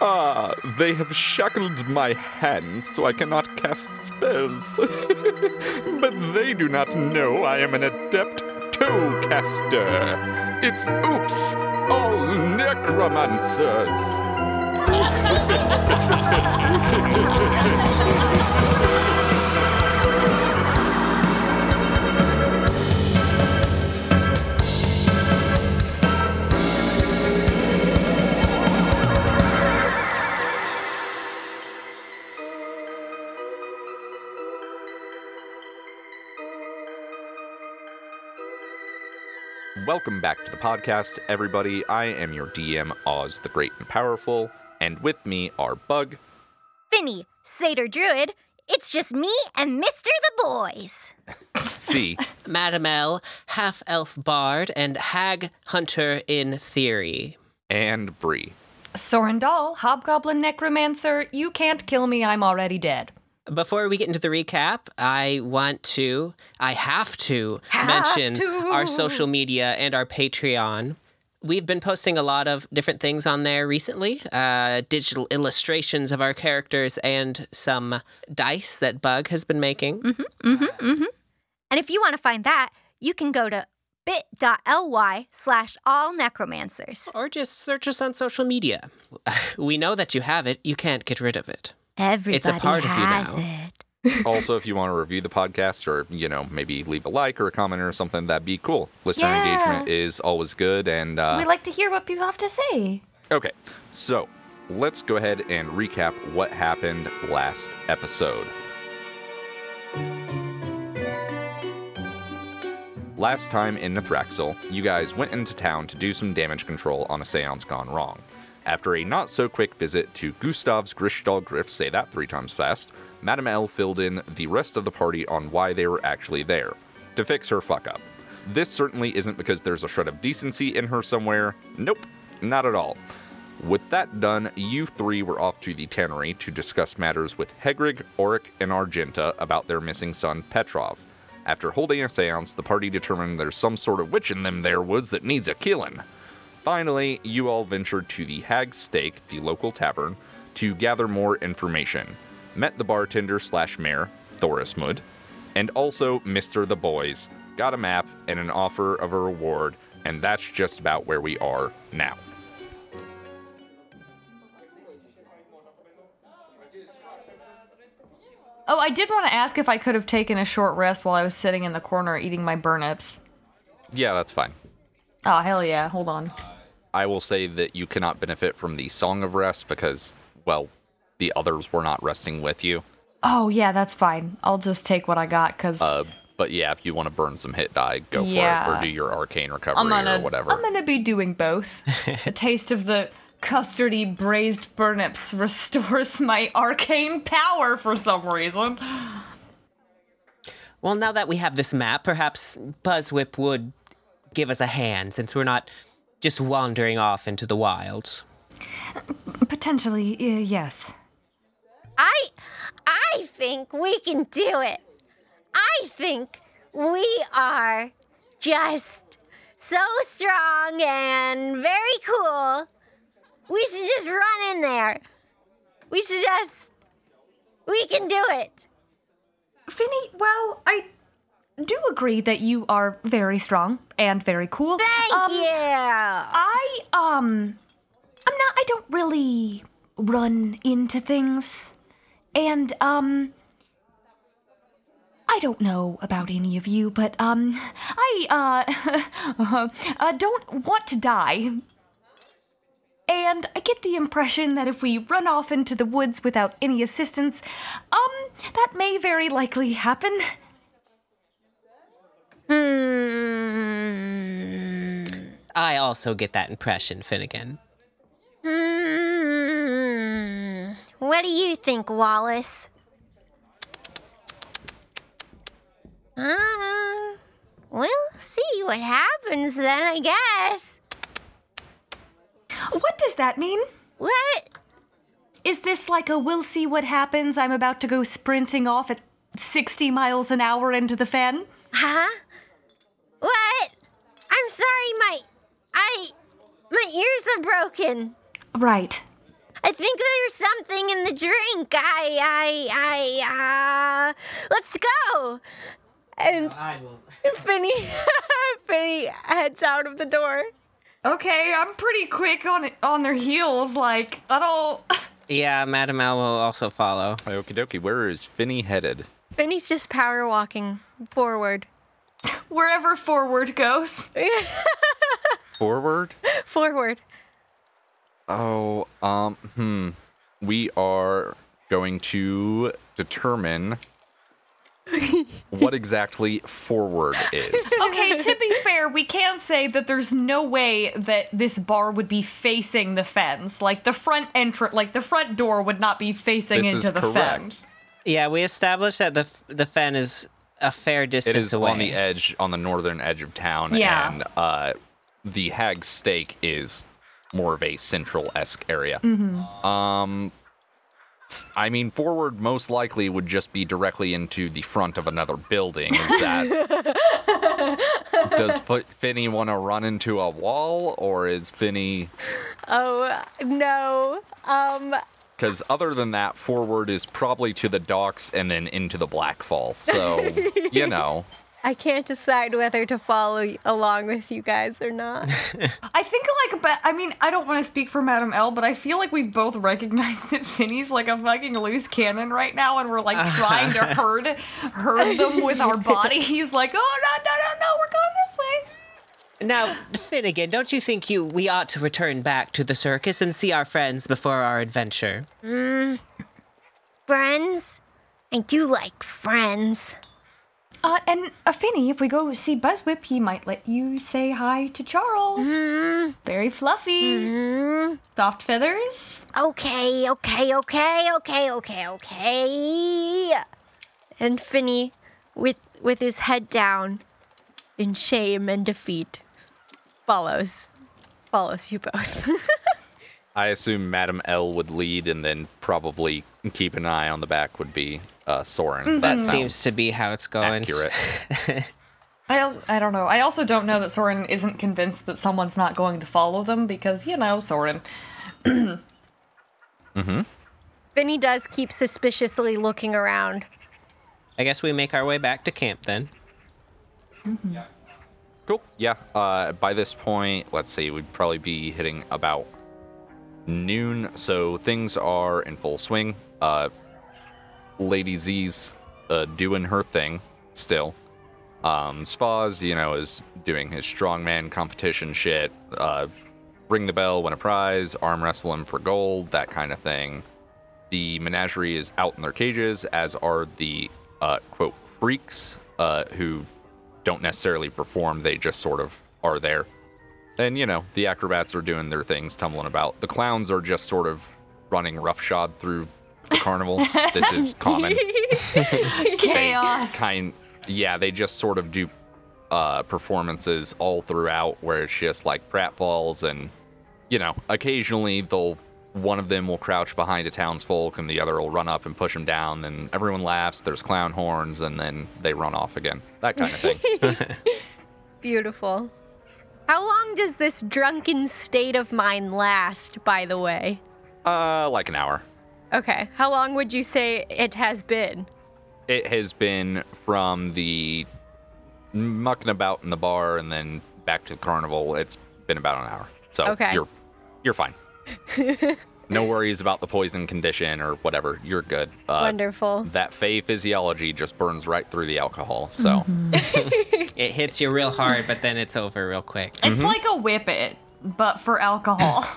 Ah, they have shackled my hands so I cannot cast spells. but they do not know I am an adept toe caster. It's oops, all necromancers. Welcome back to the podcast, everybody. I am your DM, Oz the Great and Powerful, and with me are Bug, Finny, Satyr Druid, it's just me and Mr. the Boys. C, Madam L, half elf bard, and hag hunter in theory. and Bree. Soren Dahl, Hobgoblin Necromancer, you can't kill me, I'm already dead. Before we get into the recap, I want to, I have to mention our social media and our Patreon. We've been posting a lot of different things on there recently uh, digital illustrations of our characters and some dice that Bug has been making. Mm-hmm, And if you want to find that, you can go to bit.ly slash all necromancers. Or just search us on social media. We know that you have it, you can't get rid of it. Everybody part of you has now. it. Also, if you want to review the podcast or, you know, maybe leave a like or a comment or something, that'd be cool. Listener Yeah. engagement is always good. And, we uh, like to hear what people have to say. okay, so let's go ahead and recap what happened last episode. Last time in Nithraxel, you guys went into town to do some damage control on a seance gone wrong. After a not so quick visit to Gustav's Grishtal Griff, say that three times fast, Madame L filled in the rest of the party on why they were actually there to fix her fuck up. This certainly isn't because there's a shred of decency in her somewhere. Nope, not at all. With that done, you three were off to the tannery to discuss matters with Hegrig, Oric, and Argenta about their missing son, Petrov. After holding a seance, the party determined there's some sort of witch in them there woods that needs a killing. Finally, you all ventured to the Hag's Steak, the local tavern, to gather more information. Met the bartender slash mayor, Thorismud, and also Mr. The Boys. Got a map and an offer of a reward, and that's just about where we are now. Oh, I did want to ask if I could have taken a short rest while I was sitting in the corner eating my burnips. Yeah, that's fine. Oh, hell yeah, hold on. I will say that you cannot benefit from the Song of Rest because, well, the others were not resting with you. Oh, yeah, that's fine. I'll just take what I got because Uh, but yeah, if you want to burn some hit die, go for it, or Yeah. do your arcane recovery I'm gonna or whatever. I'm gonna be doing both. a taste of the custardy braised burnips restores my arcane power for some reason. Well, now that we have this map, perhaps Buzzwhip would give us a hand since we're not just wandering off into the wild. Potentially, uh, yes. I, I think we can do it. I think we are just so strong and very cool. We should just run in there. We should just, we can do it. Finny, well, I do agree that you are very strong and very cool. Thank Um, you. I um I'm not I don't really run into things. And um I don't know about any of you, but um I uh, uh don't want to die. And I get the impression that if we run off into the woods without any assistance, um that may very likely happen. I also get that impression, Finnegan. Hmm. What do you think, Wallace? Um, we'll see what happens then, I guess. What does that mean? What? Is this like a we'll see what happens? I'm about to go sprinting off at 60 miles an hour into the fen? Huh? What? I'm sorry, my I my ears are broken. Right. I think there's something in the drink. I, I, I, uh, let's go. And I will. Finny, Finny heads out of the door. Okay, I'm pretty quick on on their heels. Like I don't. Yeah, Madame L will also follow. Okie dokie, where is Finny headed? Finny's just power walking forward. Wherever forward goes. Forward? Forward. Oh, um, hmm. We are going to determine what exactly forward is. Okay, to be fair, we can say that there's no way that this bar would be facing the fence. Like the front entrance, like the front door would not be facing This is into the fence. correct. Yeah, we established that the f- the fen is a fair It distance is away. on the edge, on the northern edge of town, Yeah. and uh, the Hag's Stake is more of a central esque area. Mm-hmm. Um, I mean, forward most likely would just be directly into the front of another building. Is that does Fi- Finny want to run into a wall, or is Finny? Oh, no. Um, Because other than that, forward is probably to the docks and then into the Blackfall. So you know. I can't decide whether to follow y- along with you guys or not. I think like, but I mean, I don't want to speak for Madam L, but I feel like we both recognize that Finny's like a fucking loose cannon right now, and we're like trying to herd herd them with our bodies. Like, oh no, no, no, no, we're going this way. Now, Finnegan, don't you think you we ought to return back to the circus and see our friends before our adventure? friends? I do like friends. Uh, and uh, Finny, if we go see Buzzwhip, he might let you say hi to Charles. Very fluffy, soft feathers. Okay, okay, okay, okay, okay, okay. And Finny, with with his head down, in shame and defeat, follows, follows you both. I assume Madam L would lead, and then probably keep an eye on the back would be uh, Soren. Mm-hmm. That seems to be how it's going. accurate. I also, I don't know. I also don't know that Soren isn't convinced that someone's not going to follow them because you know Soren. Finny does keep suspiciously looking around. I guess we make our way back to camp then. cool. Yeah. Uh, by this point, let's see, we'd probably be hitting about noon. So things are in full swing. Uh, Lady Z's uh, doing her thing still. Um, Spaz, you know, is doing his strongman competition shit. Uh, ring the bell, win a prize, arm wrestle him for gold, that kind of thing. The menagerie is out in their cages, as are the uh, quote freaks uh, who don't necessarily perform; they just sort of are there. And you know, the acrobats are doing their things, tumbling about. The clowns are just sort of running roughshod through the carnival. this is common Chaos. kind yeah they just sort of do uh performances all throughout where it's just like pratfalls and you know occasionally they'll one of them will crouch behind a townsfolk and the other will run up and push them down and everyone laughs there's clown horns and then they run off again that kind of thing Beautiful. How long does this drunken state of mind last, by the way? uh like an hour Okay, how long would you say it has been? it has been from the mucking about in the bar and then back to the carnival. It's been about an hour. So Okay. you're you're fine. no worries about the poison condition or whatever. You're good. Uh, Wonderful. That fey physiology just burns right through the alcohol. So Mm-hmm. It hits you real hard, but then it's over real quick. It's Mm-hmm. like a whippet, but for alcohol.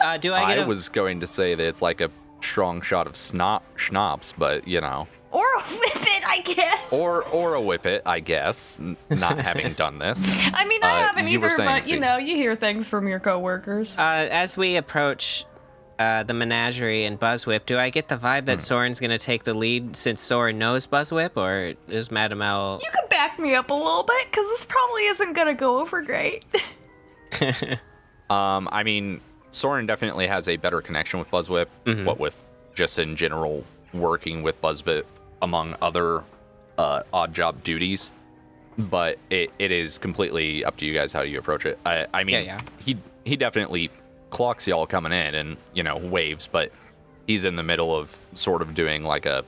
Uh, do I get I a, was going to say that it's like a strong shot of snot schnapps, but you know, or a whippet, I guess. or or a whippet, I guess. n- Not having done this, I mean, I Uh, haven't you were either, saying, but you Steve. know, you hear things from your coworkers. Uh, as we approach uh, the menagerie and Buzzwhip, do I get the vibe that Soren's going to take the lead since Soren knows Buzzwhip, or is Madame L? you can back me up a little bit because this probably isn't gonna go over great. Um, I mean, Soren definitely has a better connection with Buzzwhip, Mm-hmm. what with just in general working with Buzzwhip among other uh, odd job duties. But it, it is completely up to you guys how you approach it. I, I mean, yeah. he he definitely clocks y'all coming in and, you know, waves, but he's in the middle of sort of doing like a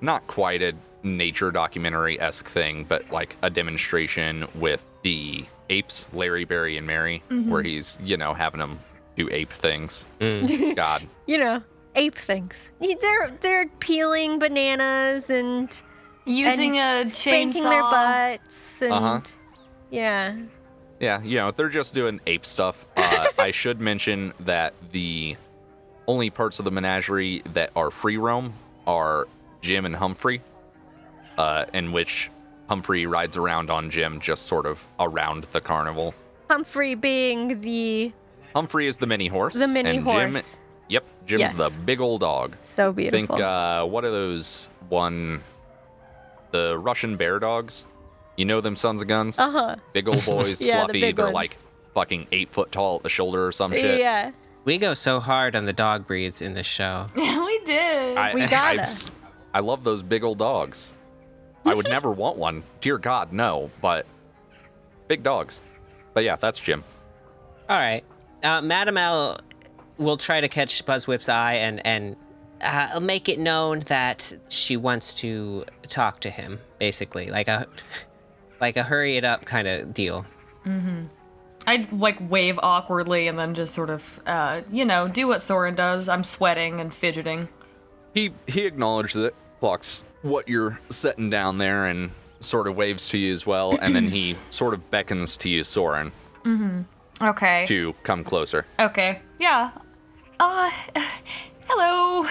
not quite a nature documentary esque thing, but like a demonstration with the apes, Larry, Barry, and Mary, where he's, you know, having them do ape things. God. You know, ape things. They're they're peeling bananas and Using a chainsaw. spanking their butts and Uh-huh. yeah. Yeah, you know, they're just doing ape stuff. Uh, I should mention that the only parts of the menagerie that are free roam are Jim and Humphrey, uh, in which Humphrey rides around on Jim just sort of around the carnival. Humphrey being the Humphrey is the mini horse. The mini and Jim, horse. yep, Jim's Yes. the big old dog. so I think, beautiful. uh, what are those one, the Russian bear dogs? You know them sons of guns? uh-huh. big old boys, Yeah, the fluffy. big they're ones. like fucking eight foot tall at the shoulder or some shit. Yeah. We go so hard on the dog breeds in this show. we did. I, uh, We I- gotta. I've- I love those big old dogs. I would never want one. Dear God, no. But big dogs. But yeah, that's Jim. All right. Uh, Madam L will try to catch Buzzwhip's eye and and uh, make it known that she wants to talk to him, basically, like a like a hurry it up kind of deal. I'd like wave awkwardly and then just sort of, uh, you know, do what Soren does. I'm sweating and fidgeting. He he acknowledged that clocks what you're setting down there and sort of waves to you as well, and then he sort of beckons to you, Soren, Okay. to come closer. Okay. Yeah. Uh, hello,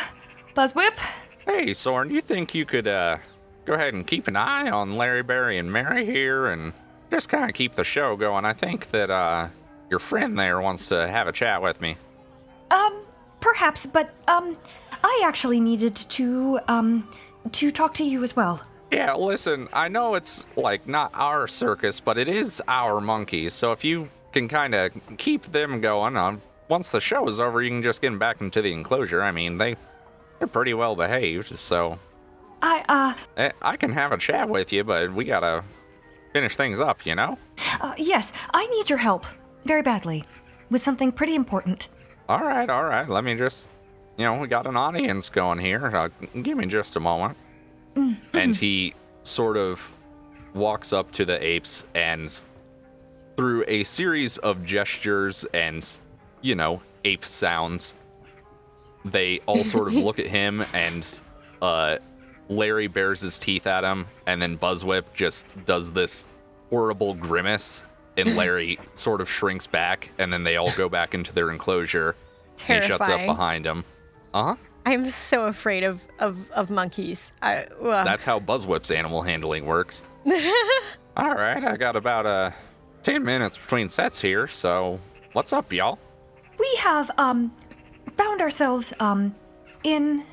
Buzzwhip. Hey, Soren, you think you could uh, go ahead and keep an eye on Larry, Barry, and Mary here and just kind of keep the show going? I think that uh, your friend there wants to have a chat with me. Um, perhaps, but um, I actually needed to um to talk to you as well. Yeah, listen, I know it's like not our circus, but it is our monkeys. So if you can kind of keep them going, uh, once the show is over, you can just get them back into the enclosure. I mean, they they're pretty well behaved, so I uh, eh, I can have a chat with you, but we gotta finish things up, you know. uh, uh yes, I need your help very badly with something pretty important. All right, all right. Let me just, you know, we got an audience going here. Uh, give me just a moment. And he sort of walks up to the apes and, through a series of gestures and, you know, ape sounds, they all sort of look at him and, uh, Larry bares his teeth at him, and then Buzzwhip just does this horrible grimace, and Larry sort of shrinks back, and then they all go back into their enclosure. and He shuts up Terrifying. behind him. Uh huh. I'm so afraid of of, of monkeys. I, well, That's how Buzzwhip's animal handling works. all right, I got about uh, ten minutes between sets here, so what's up, y'all? We have um found ourselves um in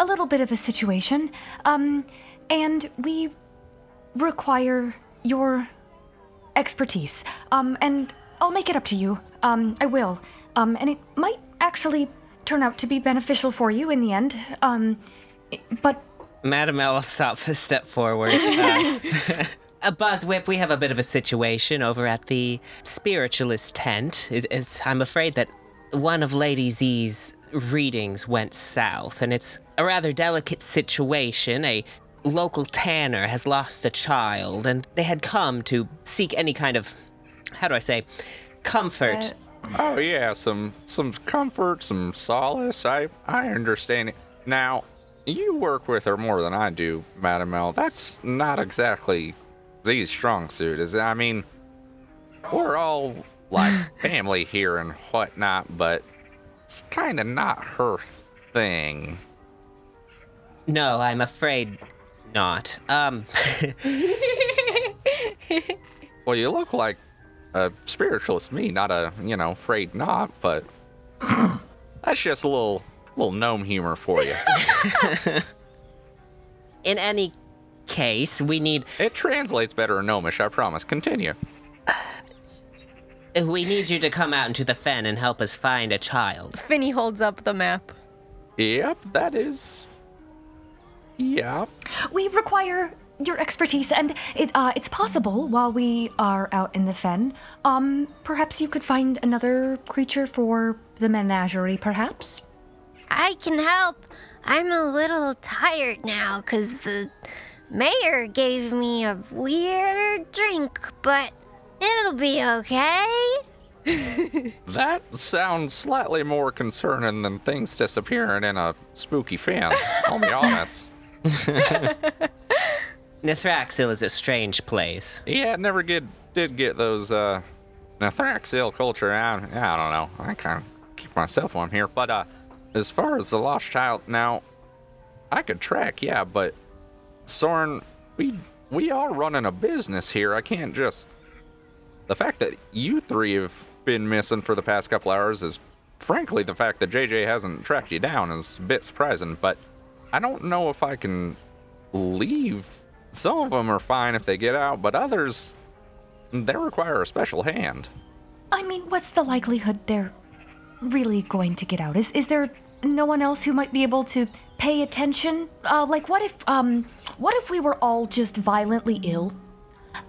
a little bit of a situation. Um and we require your expertise. Um and I'll make it up to you. Um I will. Um and it might actually turn out to be beneficial for you in the end. Um i- but Madam L will stop a step forward. Uh, a Buzzwhip, we have a bit of a situation over at the spiritualist tent. It, it's, I'm afraid that one of Lady Z's readings went south, and it's a rather delicate situation. A local tanner has lost a child, and they had come to seek any kind of, how do I say, comfort. Oh yeah, some some comfort, some solace. I I understand it. Now, you work with her more than I do, Madam L. That's not exactly Z's strong suit, is it? I mean, we're all like family here and whatnot, but it's kind of not her thing. No, I'm afraid not. Um, Well, you look like a spiritualist me, not a you know afraid not, but that's just a little little gnome humor for you. in any case, we need It translates better in Gnomish, I promise. Continue. We need you to come out into the fen and help us find a child. Finny holds up the map. Yep, that is. Yep. we require your expertise, and it, uh, it's possible while we are out in the fen, um, perhaps you could find another creature for the menagerie, perhaps? I can help. I'm a little tired now because the mayor gave me a weird drink, but it'll be okay. That sounds slightly more concerning than things disappearing in a spooky fan. I'll be honest. Nithraxil is a strange place. Yeah, it never get, did get those. Uh, now, Thraxil culture, I, yeah, I don't know. I kind of keep myself on here. But uh, as far as the lost child, now, I could track, yeah, but Soren, we, we are running a business here. I can't just. The fact that you three have been missing for the past couple hours is, frankly, the fact that JJ hasn't tracked you down is a bit surprising, but I don't know if I can leave. Some of them are fine if they get out, but others, they require a special hand. I mean, what's the likelihood they're really going to get out? Is is there no one else who might be able to pay attention? Uh, like, what if um, what if we were all just violently ill,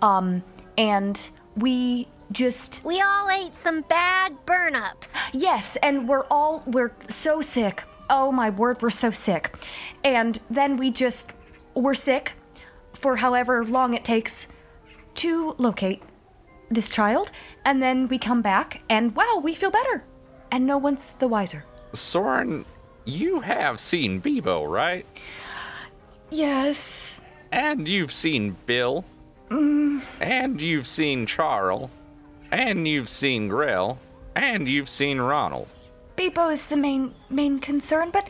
um, and we just We all ate some bad burn ups. Yes, and we're all we're so sick. Oh my word, we're so sick. And then we just we're sick for however long it takes to locate this child, and then we come back and wow, we feel better. And no one's the wiser. Soren, you have seen Bebo, right? Yes. And you've seen Bill. And you've seen Charl. And you've seen Grell. And you've seen Ronald. Bebo is the main main concern, but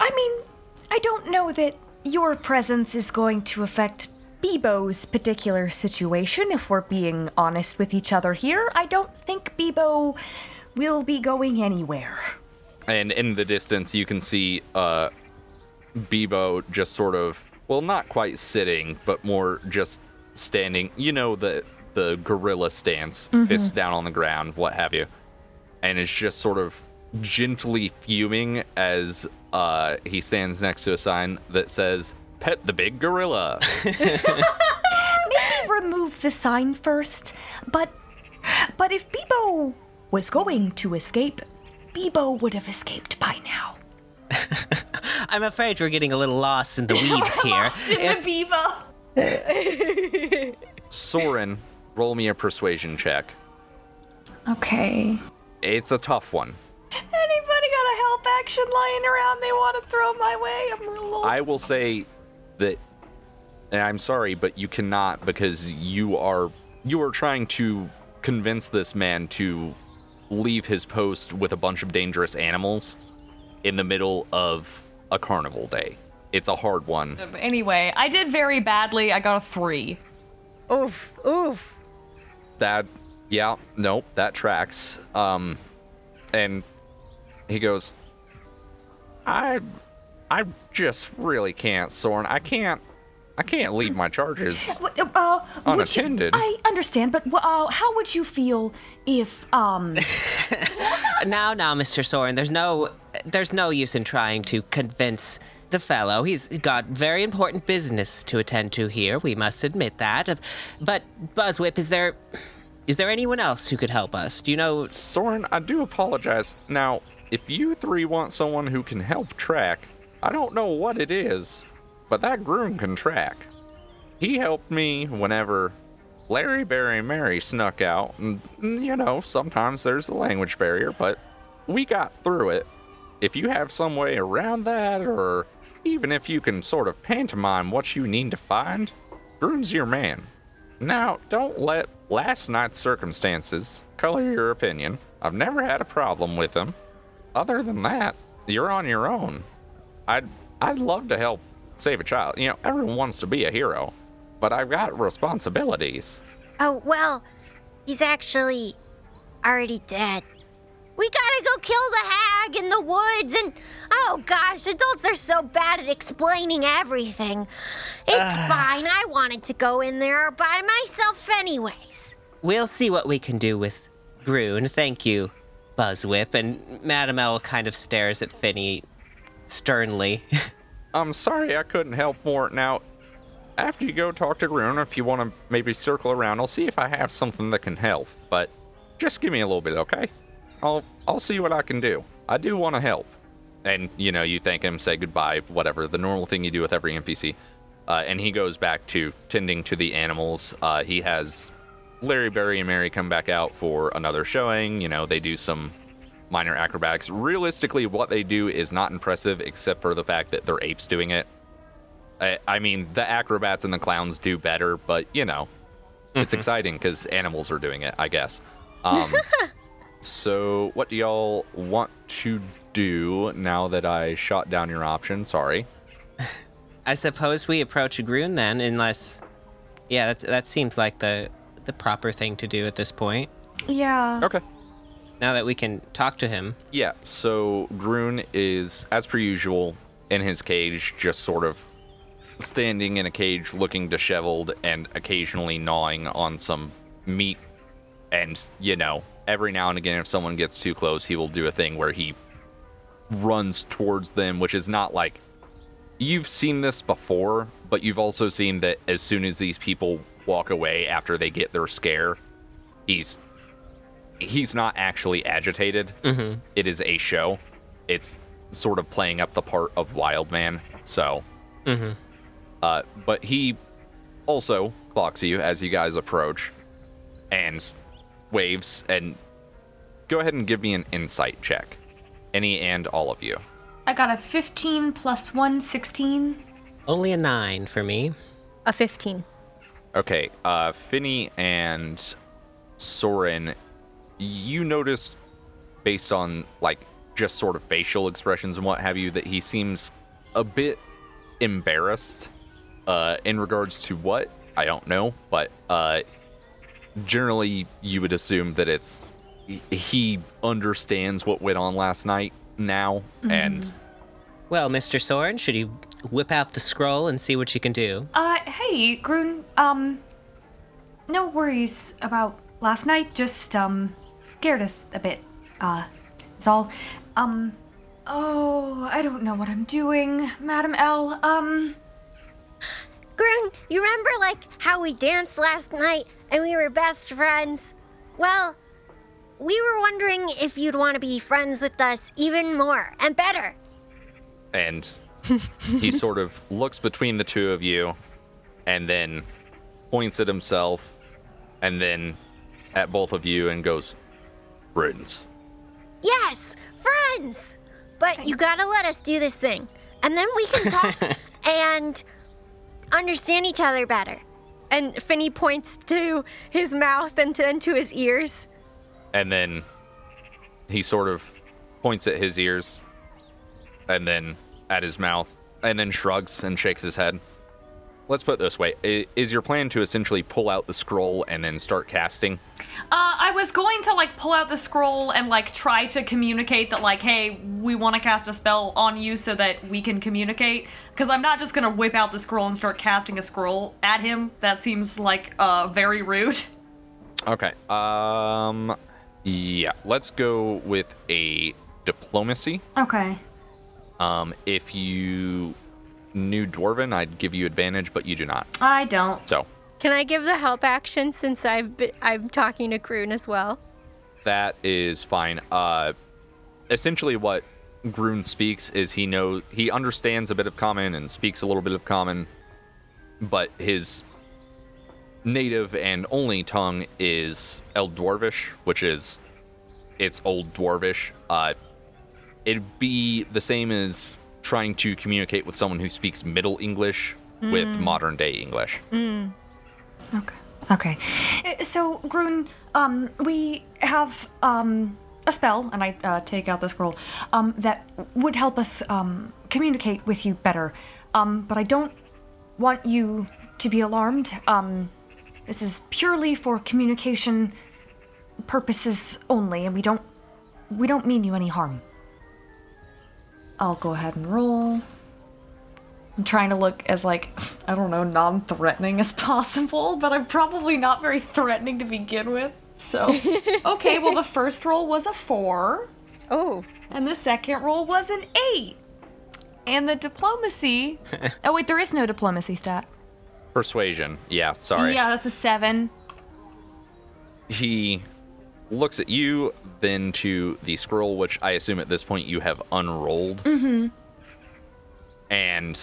I mean, I don't know that your presence is going to affect Bebo's particular situation if we're being honest with each other here. I don't think Bebo will be going anywhere. And in the distance, you can see uh, Bebo just sort of, well, not quite sitting, but more just standing. You know the the gorilla stance, fists down on the ground, what have you, and is just sort of gently fuming as uh, he stands next to a sign that says "Pet the Big Gorilla." Remove the sign first, but but if Bebo was going to escape, Bebo would have escaped by now. I'm afraid we're getting a little lost in the weeds here. If- Bebo. Soren, roll me a persuasion check. Okay. It's a tough one. Anybody got a help action lying around they want to throw my way? I'm real low. I will say that, and I'm sorry, but you cannot because you are you are trying to convince this man to leave his post with a bunch of dangerous animals in the middle of a carnival day. It's a hard one. Anyway, I did very badly. I got a three. Oof, oof. that yeah nope that tracks um and he goes i i just really can't soren i can't i can't leave my charges Uh, uh, would you- Unattended. I understand, but uh, how would you feel if um? now, now, Mr. Soren, there's no, there's no use in trying to convince the fellow. He's got very important business to attend to here. We must admit that. But Buzzwhip, is there, is there anyone else who could help us? Do you know? soren i do apologize now if you three want someone who can help track i don't know what it is but that groom can track he helped me whenever larry barry mary snuck out and you know sometimes there's a language barrier but we got through it if you have some way around that or even if you can sort of pantomime what you need to find groom's your man now don't let last night's circumstances color your opinion i've never had a problem with them other than that you're on your own I'd I'd love to help save a child. You know, everyone wants to be a hero, but I've got responsibilities. Oh, well, he's actually already dead. We gotta go kill the hag in the woods, and oh gosh, adults are so bad at explaining everything. It's fine, I wanted to go in there by myself, anyways. We'll see what we can do with Groon. Thank you, Buzzwhip. And Madame L kind of stares at Finny sternly. I'm sorry I couldn't help more. Now, after you go talk to Grun, if you want to maybe circle around, I'll see if I have something that can help. But just give me a little bit, okay? I'll I'll see what I can do. I do want to help. And you know, you thank him, say goodbye, whatever the normal thing you do with every NPC. Uh, and he goes back to tending to the animals. Uh, he has Larry, Barry, and Mary come back out for another showing. You know, they do some minor acrobatics. Realistically, what they do is not impressive, except for the fact that they're apes doing it. I, I mean, the acrobats and the clowns do better, but you know, it's exciting because animals are doing it, I guess. Um, so, what do y'all want to do now that I shot down your option? Sorry. I suppose we approach Groon then, unless, yeah, that's, that seems like the the proper thing to do at this point. Yeah. Okay. Now that we can talk to him, Yeah, so Groon is, as per usual, in his cage, just sort of standing in a cage, looking disheveled, and occasionally gnawing on some meat. And, you know, every now and again, if someone gets too close, he will do a thing where he runs towards them, which is not like. You've seen this before, but you've also seen that as soon as these people walk away after they get their scare, he's he's not actually agitated. It is a show. It's sort of playing up the part of Wild Man. So, uh, but he also clocks you as you guys approach and waves. And go ahead and give me an insight check, any and all of you. I got a 15 plus 1, 16. only a nine for me. A 15. Okay, uh, Finny and Soren, you notice based on like just sort of facial expressions and what have you that he seems a bit embarrassed uh, in regards to what I don't know, but uh, generally you would assume that it's he- he understands what went on last night now and Well, Mr. Soren, should you whip out the scroll and see what you can do? Uh, hey, Grun, um, no worries about last night, just, um, scared us a bit, uh, it's all. Um, oh, I don't know what I'm doing, Madam L. Um, Groon, you remember like how we danced last night and we were best friends? Well, we were wondering if you'd want to be friends with us even more and better. and he sort of looks between the two of you and then points at himself and then at both of you and goes friends Yes, friends. But you gotta let us do this thing, and then we can talk and understand each other better. And Finny points to his mouth and to, and to his ears. and then he sort of points at his ears and then at his mouth and then shrugs and shakes his head let's put it this way I- is your plan to essentially pull out the scroll and then start casting uh, I was going to, like, pull out the scroll and, like, try to communicate that, like, hey, we want to cast a spell on you so that we can communicate, because I'm not just gonna whip out the scroll and start casting a scroll at him. That seems, like, uh, very rude. Okay. Um yeah, let's go with a diplomacy. Okay. Um if you knew dwarven, I'd give you advantage, but you do not. I don't. So, Can I give the help action since I've been, I'm talking to Kroon as well? that is fine. Uh essentially what Groon speaks is he knows he understands a bit of common and speaks a little bit of common, but his native and only tongue is Eldwarvish, which is it's old dwarvish. Uh, it'd be the same as trying to communicate with someone who speaks Middle English with modern day English. Okay. Okay. Uh, So, Grun, um, we have um, a spell, and I uh, take out the scroll, um, that would help us um, communicate with you better. Um, but I don't want you to be alarmed. Um, this is purely for communication purposes only, and we don't we don't mean you any harm. I'll go ahead and roll. I'm trying to look as like I don't know, non-threatening as possible, but I'm probably not very threatening to begin with. So, okay, well the first roll was a 4, Oh, and the second roll was an 8. And the diplomacy Oh wait, there is no diplomacy stat. Persuasion. Yeah, sorry. Yeah, that's a seven. He looks at you, then to the scroll, which I assume at this point you have unrolled. Mm-hmm. And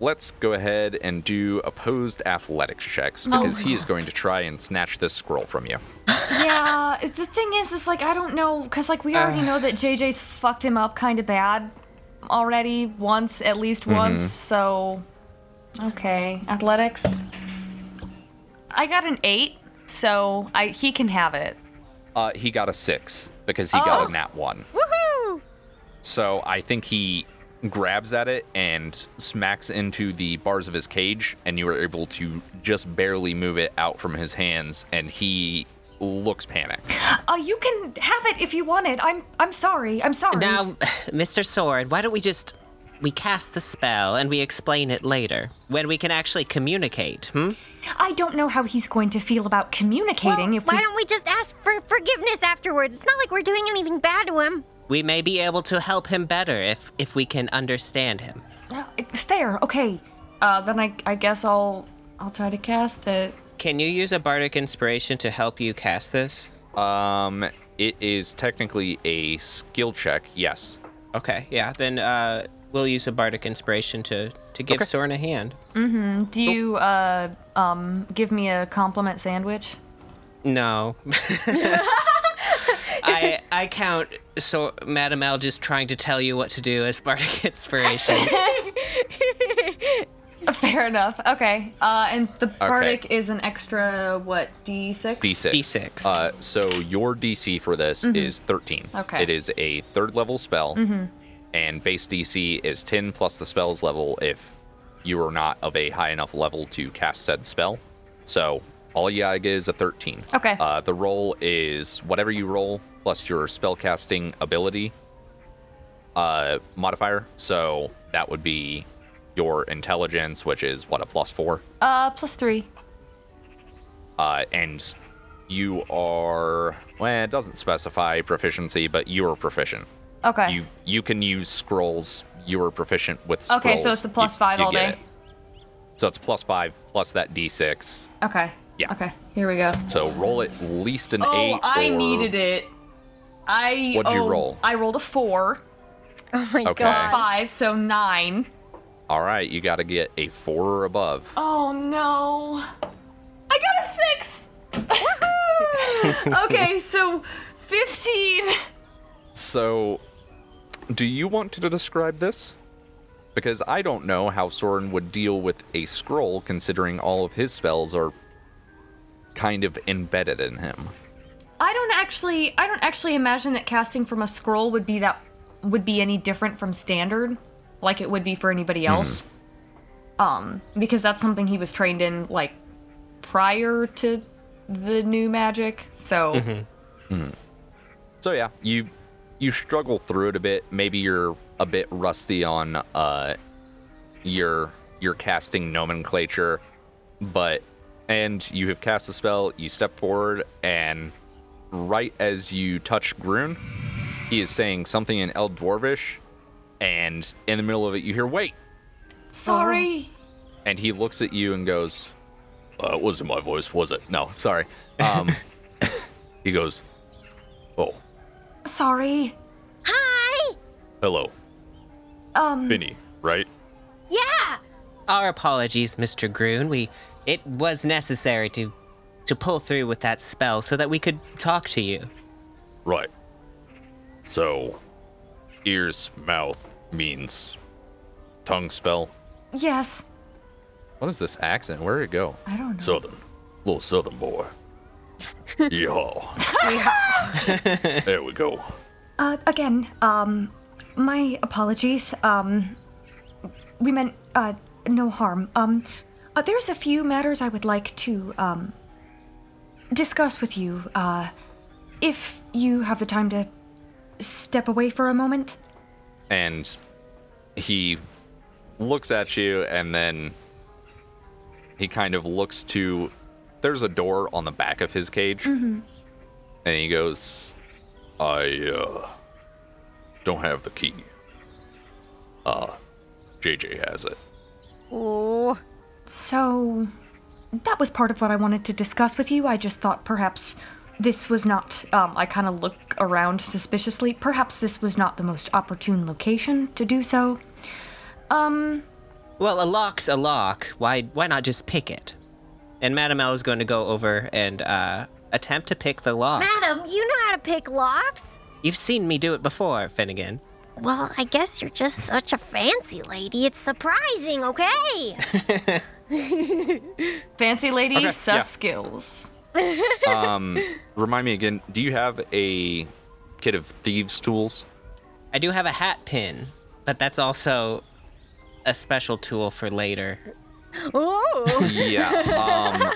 let's go ahead and do opposed athletics checks because he is going to try and snatch this scroll from you. Yeah, the thing is, is like I don't know, cause like we already know that JJ's fucked him up kind of bad already once, at least once. So, okay, athletics. I got an eight, so I he can have it. Uh, he got a six because he got Oh. a nat one. Woohoo! So I think he grabs at it and smacks into the bars of his cage, and you are able to just barely move it out from his hands, and he looks panicked. Uh, you can have it if you want it. I'm I'm sorry. I'm sorry. Now, Mr. Sword, why don't we just we cast the spell and we explain it later when we can actually communicate? Hmm? I don't know how he's going to feel about communicating Well, if we. why don't we just ask for forgiveness afterwards? It's not like we're doing anything bad to him. We may be able to help him better if if we can understand him. Uh, Fair. Okay. Uh, then I I guess I'll I'll try to cast it. Can you use a bardic inspiration to help you cast this? Um, it is technically a skill check, yes. Okay, yeah. Then uh, we'll use a bardic inspiration to to give Soren a hand. Do you uh um give me a compliment sandwich? No. I I count so Madam L just trying to tell you what to do as bardic inspiration. Fair enough. Okay. Uh, and the bardic is an extra what d6? D6. D6. Uh, so your DC for this is 13. Mm-hmm. Okay. Mm-hmm. It is a third level spell, and base DC is 10 plus the spell's level if you are not of a high enough level to cast said spell. So all you gotta get is a 13. Okay. Uh, the roll is whatever you roll plus your spellcasting ability uh, modifier. So that would be your intelligence, which is what, a plus four? Uh, plus three. uh, and you are well it doesn't specify proficiency but you are proficient Okay. you you can use scrolls you are proficient with scrolls. Okay, so it's a plus You- five you all get day. it. so it's plus five plus that d6 Okay. Yeah. Okay. Here we go. so roll at least an Oh, eight I or- needed it. I. What'd you oh, roll? I rolled a four Oh my Okay. plus Nine. god. five, so nine. all right you got to get a four or above Oh no! I got a six. Woohoo! okay, so fifteen. so do you want to describe this because i don't know how soren would deal with a scroll considering all of his spells are kind of embedded in him I don't actually. I don't actually imagine that casting from a scroll would be that would be any different from standard, like it would be for anybody Mm-hmm. else. Um, because that's something he was trained in, like prior to the new magic. So Mm-hmm. So yeah, you you struggle through it a bit. Maybe you're a bit rusty on uh your your casting nomenclature, but and you have cast the spell, you step forward and right as you touch Groon, he is saying something in Eld Dwarvish and in the middle of it you hear wait sorry. and he looks at you and goes, uh, "It wasn't my voice, was it? No, sorry." Um, he goes, "Oh, Sorry. Hi! hello, Um. Finny, right?" Yeah! Our apologies, Mr. Groon. We it was necessary to to pull through with that spell so that we could talk to you. Right. So, ears, mouth means tongue spell. Yes. What is this accent? Where did it go? I don't know. Southern. Little southern boy. Yeehaw. there we go. Uh, again, um, my apologies. Um, we meant uh, no harm. Um, uh, there's a few matters I would like to um, discuss with you. Uh, if you have the time to step away for a moment. And he looks at you and then he kind of looks to. There's a door on the back of his cage. And he goes, I uh, don't have the key. Uh, JJ has it. Oh. So, that was part of what I wanted to discuss with you. I just thought perhaps this was not. Um, I kind of look around suspiciously. Perhaps this was not the most opportune location to do so. Well, a lock's a lock. Why why not just pick it? And Madame L is going to go over and uh, attempt to pick the lock. Madam, you know how to pick locks? You've seen me do it before, Finnegan. Well, I guess you're just such a fancy lady. It's surprising, okay? Fancy lady, Okay, sus yeah. skills. Remind me again. Do you have a kit of thieves' tools? I do have a hat pin, but that's also a special tool for later. Ooh. Yeah. Um,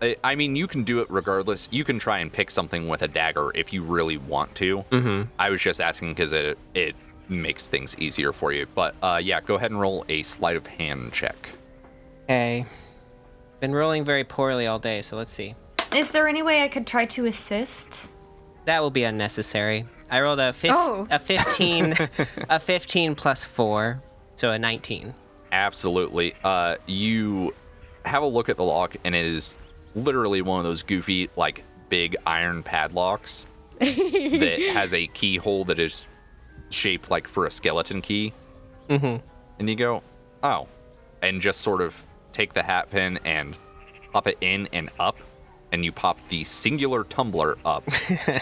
I, I mean, you can do it regardless. You can try and pick something with a dagger if you really want to. Mm-hmm. I was just asking because it it makes things easier for you. But uh, yeah, go ahead and roll a sleight of hand check. Okay. Been rolling very poorly all day, so let's see. Is there any way I could try to assist? That will be unnecessary. I rolled a fif- Oh. a 15 a 15 plus 4, so a 19. Absolutely. Uh, you have a look at the lock, and it is literally one of those goofy, like big iron padlocks that has a keyhole that is shaped like for a skeleton key. Mm-hmm. And you go, oh, and just sort of take the hat pin and pop it in and up, and you pop the singular tumbler up,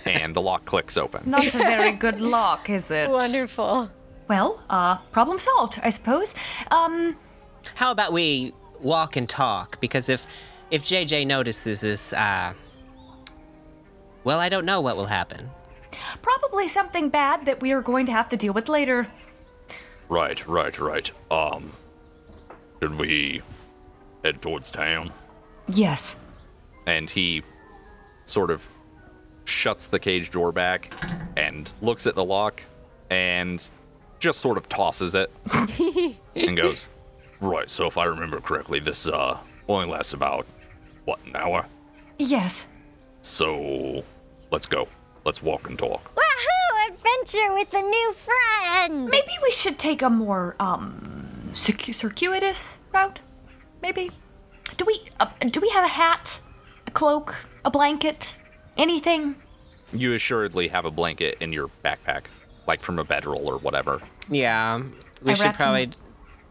and the lock clicks open. Not a very good lock, is it? Wonderful. Well, uh, problem solved, I suppose. Um, How about we walk and talk? Because if if JJ notices this, uh, well, I don't know what will happen. probably something bad that we are going to have to deal with later. Right, right, right. Um, should we head towards town? Yes. and he sort of shuts the cage door back and looks at the lock and just sort of tosses it and goes, Right, so if I remember correctly, this, uh, only lasts about, what, an hour? Yes. So, let's go. Let's walk and talk. Wahoo! Adventure with a new friend! Maybe we should take a more um circu- circuitous route. Maybe. Do we uh, do we have a hat, a cloak, a blanket, anything? You assuredly have a blanket in your backpack, like from a bedroll or whatever. Yeah, we I should reckon- probably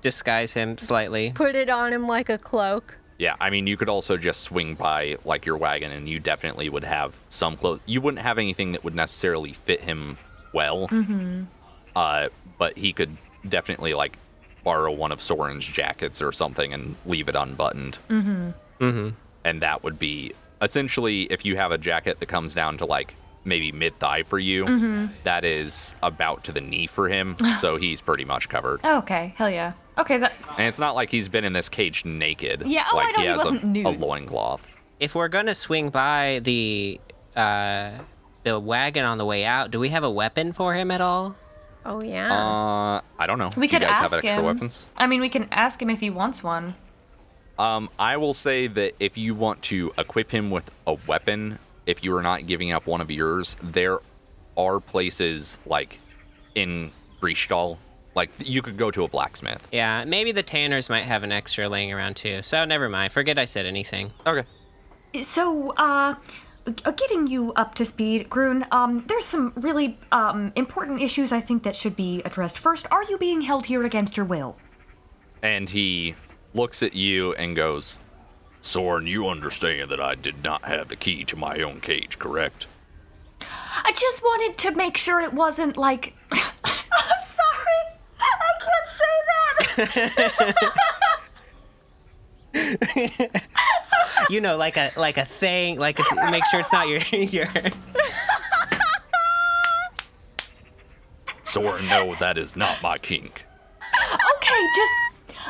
disguise him slightly. Put it on him like a cloak. Yeah, I mean, you could also just swing by like your wagon and you definitely would have some clothes. You wouldn't have anything that would necessarily fit him well. Uh, but he could definitely like borrow one of Soren's jackets or something and leave it unbuttoned. Mm-hmm. Mm-hmm. And that would be essentially if you have a jacket that comes down to like maybe mid thigh for you, that is about to the knee for him. so he's pretty much covered. Oh, Okay, hell yeah. Okay, that And it's not like he's been in this cage naked. Yeah, oh, I like know, he has wasn't a, nude. a loincloth. If we're gonna swing by the uh, the wagon on the way out, do we have a weapon for him at all? Oh, yeah. Uh, I don't know. we Do could you guys ask have extra him. weapons? I mean, we can ask him if he wants one. Um, I will say that if you want to equip him with a weapon, if you are not giving up one of yours, there are places like in Griestal, like you could go to a blacksmith. Yeah, maybe the tanners might have an extra laying around too. So never mind. Forget I said anything. Okay. So, uh, uh, getting you up to speed, Grun, um, there's some really um, important issues I think that should be addressed first. Are you being held here against your will? And he looks at you and goes, Soren, you understand that I did not have the key to my own cage, correct? I just wanted to make sure it wasn't like. I'm sorry! I can't say that! You know, like a like a thing, like it's, make sure it's not your your. Soren, no, that is not my kink. okay, just.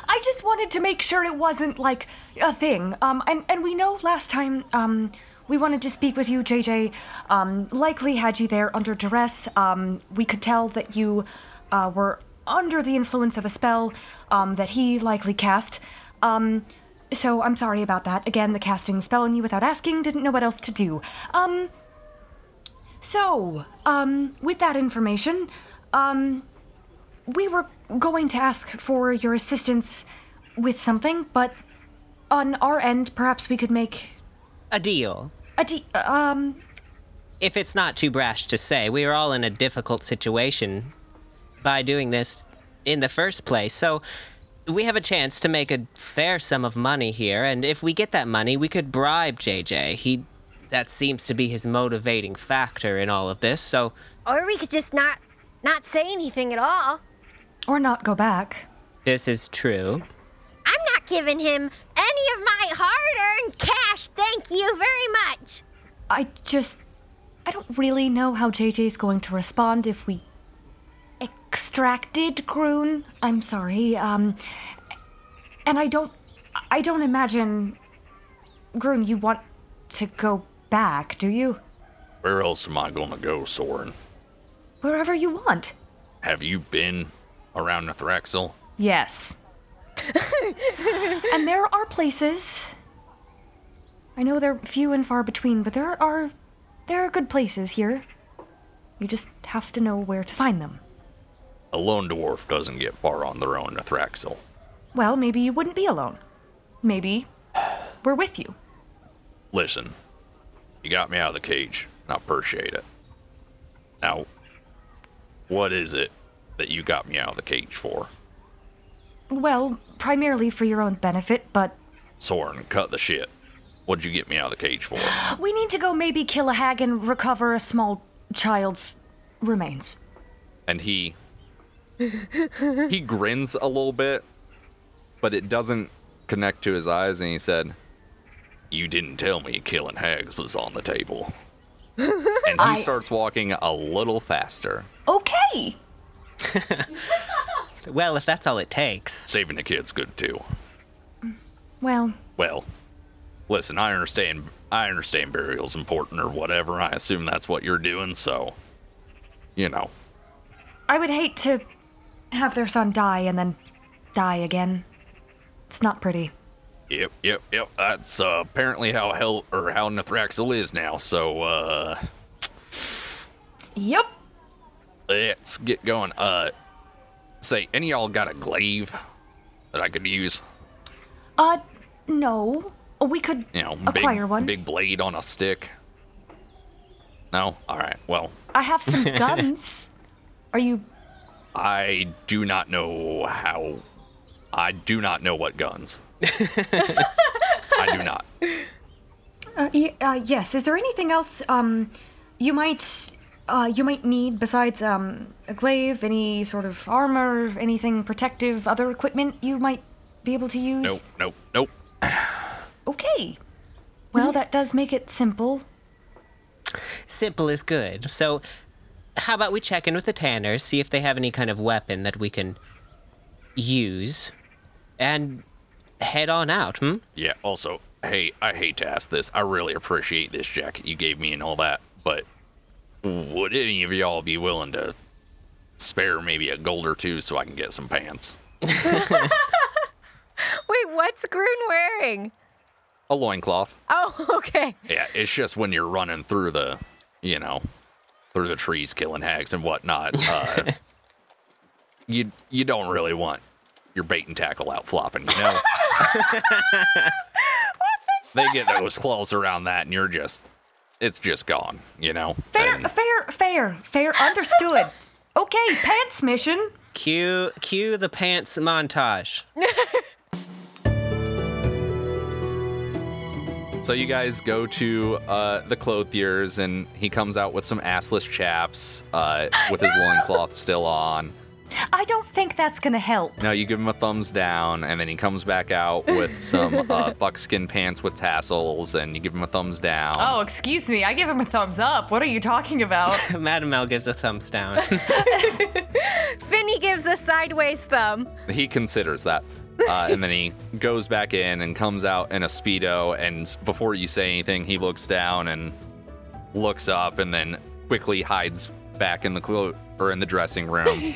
I just wanted to make sure it wasn't like a thing. Um, and, and we know last time, um, we wanted to speak with you, JJ. Um, likely had you there under duress. Um, we could tell that you, uh, were under the influence of a spell, um, that he likely cast. Um, so I'm sorry about that. Again, the casting the spell on you without asking, didn't know what else to do. Um, so, um, with that information, um, we were going to ask for your assistance with something, but on our end, perhaps we could make A deal. a de- um. If it's not too brash to say, we are all in a difficult situation by doing this in the first place. So we have a chance to make a fair sum of money here, and if we get that money, we could bribe JJ. He that seems to be his motivating factor in all of this. So Or we could just not not say anything at all. Or not go back. this is true. I'm not giving him any of my hard-earned cash. Thank you very much. I just. I don't really know how JJ's going to respond if we. extracted Groon. I'm sorry, um. And I don't. I don't imagine. Groon, you want to go back, do you? Where else am I gonna go, Soren? Wherever you want. Have you been around Nathraxel? Yes. and there are places. I know they're few and far between, but there are there are good places here. You just have to know where to find them. A lone dwarf doesn't get far on their own Nathraxel. Well, maybe you wouldn't be alone. Maybe we're with you. Listen, you got me out of the cage. and I appreciate it. Now, what is it that you got me out of the cage for? Well, primarily for your own benefit, but Soren, cut the shit. What'd you get me out of the cage for? we need to go maybe kill a hag and recover a small child's remains. and he he grins a little bit, but it doesn't connect to his eyes, and he said, You didn't tell me killing hags was on the table. and he starts walking a little faster. Okay. Well, if that's all it takes. Saving the kids good too. Well, Well, listen, I understand I understand burial's important or whatever. I assume that's what you're doing, so you know. I would hate to have their son die and then die again. It's not pretty. Yep, yep, yep. That's uh, apparently how hell or how Nathraxel is now. So uh, Yep. let's get going. Uh, say, any of y'all got a glaive that I could use? Uh, no. We could You know, big, acquire one. big blade on a stick. No. All right. Well, I have some guns. Are you? I do not know how. I do not know what guns. I do not. Uh, y- uh, yes. Is there anything else um you might uh you might need besides um a glaive, any sort of armor, anything protective, other equipment you might be able to use? Nope. Nope. Nope. Okay. Well, that does make it simple. Simple is good. So, how about we check in with the tanners, see if they have any kind of weapon that we can use, and head on out, hmm? Yeah. Also, hey, I hate to ask this. I really appreciate this jacket you gave me and all that, but would any of y'all be willing to spare maybe a gold or two so I can get some pants? Wait, what's Groon wearing? A loincloth. Oh, okay. Yeah, it's just when you're running through the, you know, through the trees killing hags and whatnot. Uh, you you don't really want your bait and tackle out flopping, you know. they get those claws around that, and you're just, it's just gone, you know. Fair, And- fair, fair, fair. Understood. okay, pants mission. Cue, cue the pants montage. So you guys go to uh, the clothier's, and he comes out with some assless chaps uh, with his loincloth still on. I don't think that's gonna help. Now you give him a thumbs down, and then he comes back out with some uh, buckskin pants with tassels, and you give him a thumbs down. Oh, excuse me. I give him a thumbs up. What are you talking about? Madam Mel gives a thumbs down. Finny gives a sideways thumb. he considers that. Uh, and then he goes back in and comes out in a speedo. And before you say anything, he looks down and looks up, and then quickly hides back in the clo- or in the dressing room.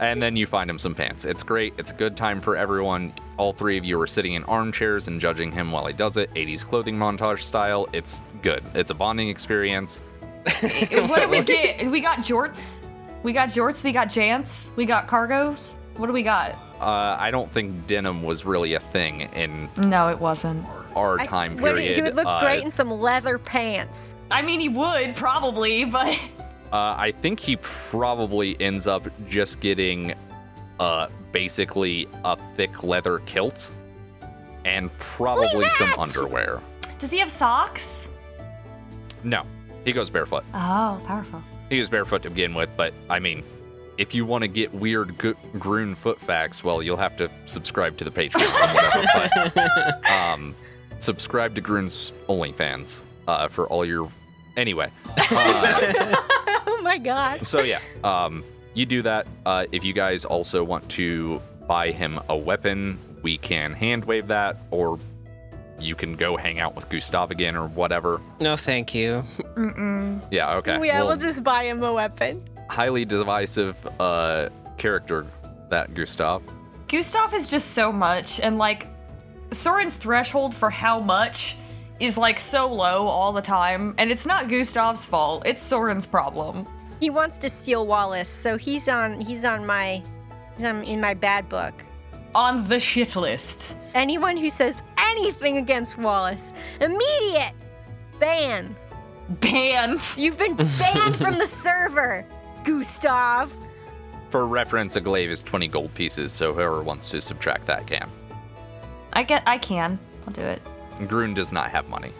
and then you find him some pants. It's great. It's a good time for everyone. All three of you are sitting in armchairs and judging him while he does it, 80s clothing montage style. It's good. It's a bonding experience. what did we get? We got jorts. We got jorts. We got jants. We got cargos. What do we got? Uh, I don't think denim was really a thing in No, it wasn't. Mm. our time What do you- period. He would look Uh, great in some leather pants. I mean, he would probably, but Uh, I think he probably ends up just getting uh, basically a thick leather kilt and probably some underwear. does he have socks? No, he goes barefoot. Oh, powerful. He was barefoot to begin with, but I mean, if you want to get weird go- groon foot facts, well, you'll have to subscribe to the Patreon. or whatever, but, um, subscribe to Groon's OnlyFans uh, for all your. Anyway, Uh, Oh my god. so yeah, um, you do that. Uh, if you guys also want to buy him a weapon, we can hand wave that, or you can go hang out with Gustav again or whatever. No, thank you. Yeah, okay. Yeah, we'll Well, just buy him a weapon. highly divisive uh, character that Gustav. Gustav is just so much, and like, Soren's threshold for how much is like so low all the time, and it's not Gustav's fault, it's Soren's problem. He wants to steal Wallace, so he's on he's on my he's on, in my bad book. On the shit list. Anyone who says anything against Wallace, immediate ban. Banned. You've been banned from the server, Gustav. For reference, a glaive is 20 gold pieces, so whoever wants to subtract that can. I get, I can. I'll do it. Groon does not have money.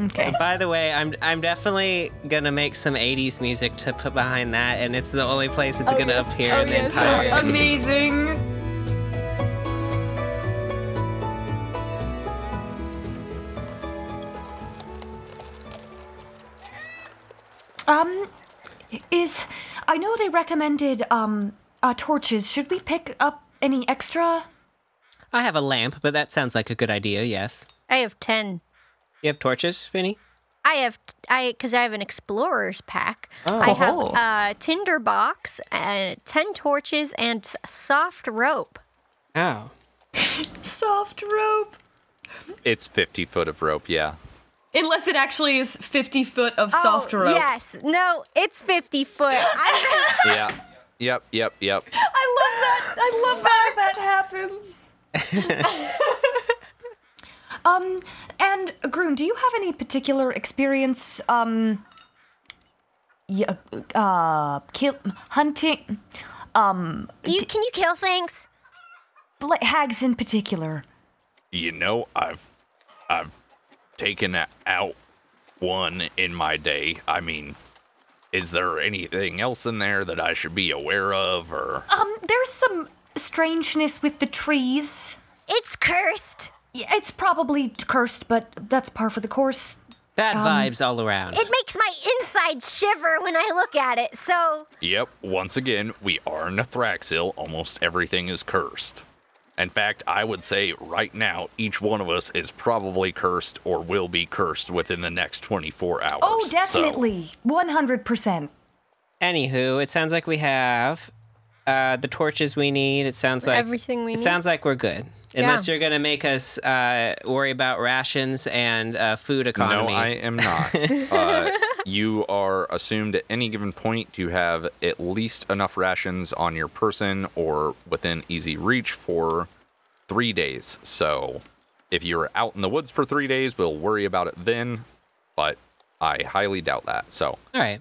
Okay. By the way, I'm I'm definitely gonna make some '80s music to put behind that, and it's the only place it's gonna appear in the entire. Amazing. Um, is I know they recommended um uh, torches. Should we pick up any extra? I have a lamp, but that sounds like a good idea. Yes. I have ten. You have torches, Finny? I have I because I have an explorer's pack. I have Oh. a tinder box and ten torches and s- soft rope. Oh. Soft rope. It's 50 foot of rope, yeah. Unless it actually is fifty foot of soft Oh, rope. Yes. No, it's fifty foot. I, Yeah. Yep, yep, yep. I love that. I love that that happens. um, and Groon, do you have any particular experience? Um, yeah, uh, kill hunting, do you, can you kill things? like hags in particular. You know, I've I've taken a- out one in my day. I mean, is there anything else in there that I should be aware of or Um, there's some strangeness with the trees. It's cursed. Yeah, It's probably cursed, but that's par for the course. Bad vibes all around. It makes my insides shiver when I look at it. So Yep, once again, we are in a Thraxil. Almost everything is cursed. In fact, I would say right now, each one of us is probably cursed or will be cursed within the next 24 hours. Oh, So, definitely, one hundred percent. Anywho, it sounds like we have uh, the torches we need. It sounds like Everything we it need. sounds like we're good. Unless you're gonna make us uh, worry about rations and uh, food economy. No, I am not. uh, you are assumed at any given point to have at least enough rations on your person or within easy reach for three days. So if you're out in the woods for three days, we'll worry about it then, but I highly doubt that. So All right.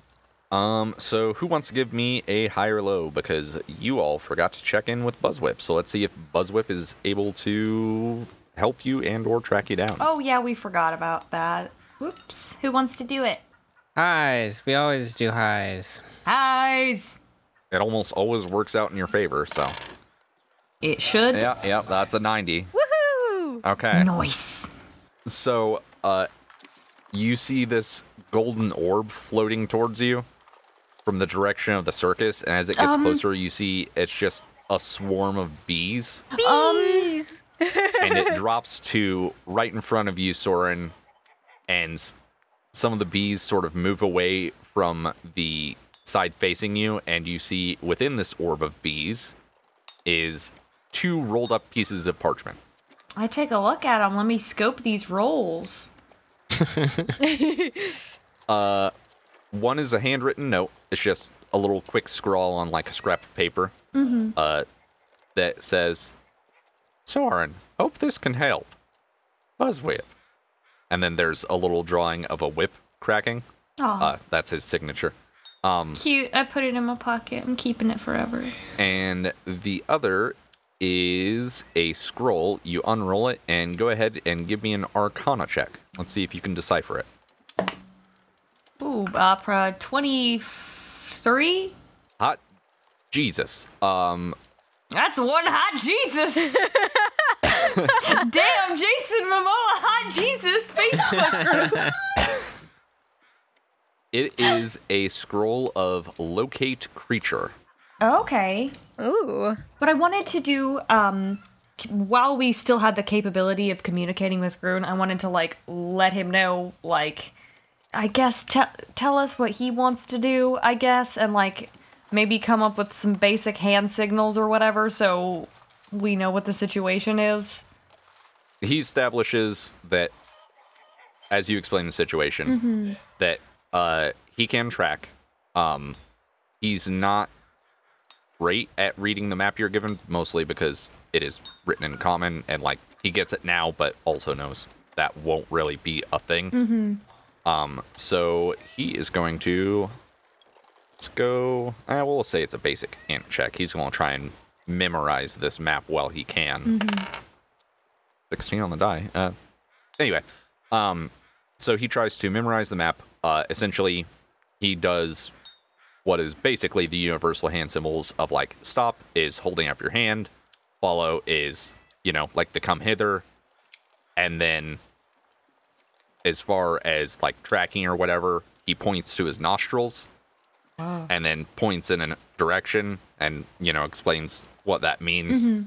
Um, so who wants to give me a high or low? Because you all forgot to check in with Buzzwhip. So let's see if Buzzwhip is able to help you and or track you down. Oh yeah, we forgot about that. Whoops. Who wants to do it? Highs. We always do highs. Highs. It almost always works out in your favor, so It should. yeah, yeah, that's a ninety. Woohoo! Okay. Noise. So uh you see this golden orb floating towards you from the direction of the circus, and as it gets closer you see it's just a swarm of bees. Bees. and it drops to right in front of you, Soren, and some of the bees sort of move away from the side facing you, and you see within this orb of bees is two rolled up pieces of parchment. I take a look at them. Let me scope these rolls. One is a handwritten note. It's just a little quick scrawl on like a scrap of paper. Uh, that says, Soren, hope this can help. Buzz whip. And then there's a little drawing of a whip cracking. Aw. Uh, that's his signature. Cute. I put it in my pocket. I'm keeping it forever. And the other is a scroll. You unroll it and go ahead and give me an arcana check. Let's see if you can decipher it. Ooh, opera 23? Hot Jesus. Um, That's one hot Jesus. Damn, Jason Momoa, hot Jesus Facebook group. it is a scroll of locate creature. Okay. Ooh. But I wanted to do um c- while we still had the capability of communicating with Grun, I wanted to like let him know like I guess te- tell us what he wants to do, I guess, and like maybe come up with some basic hand signals or whatever so we know what the situation is. he establishes that as you explain the situation that uh he can track um he's not great at reading the map you're given mostly because it is written in common and like he gets it now but also knows that won't really be a thing um so he is going to let's go i will say it's a basic int check he's going to try and memorize this map while he can 16 on the die. Uh, anyway, um, so he tries to memorize the map. Uh, essentially, he does what is basically the universal hand symbols of like stop is holding up your hand, follow is, you know, like the come hither, and then as far as like tracking or whatever, he points to his nostrils and then points in a direction and, you know, explains what that means.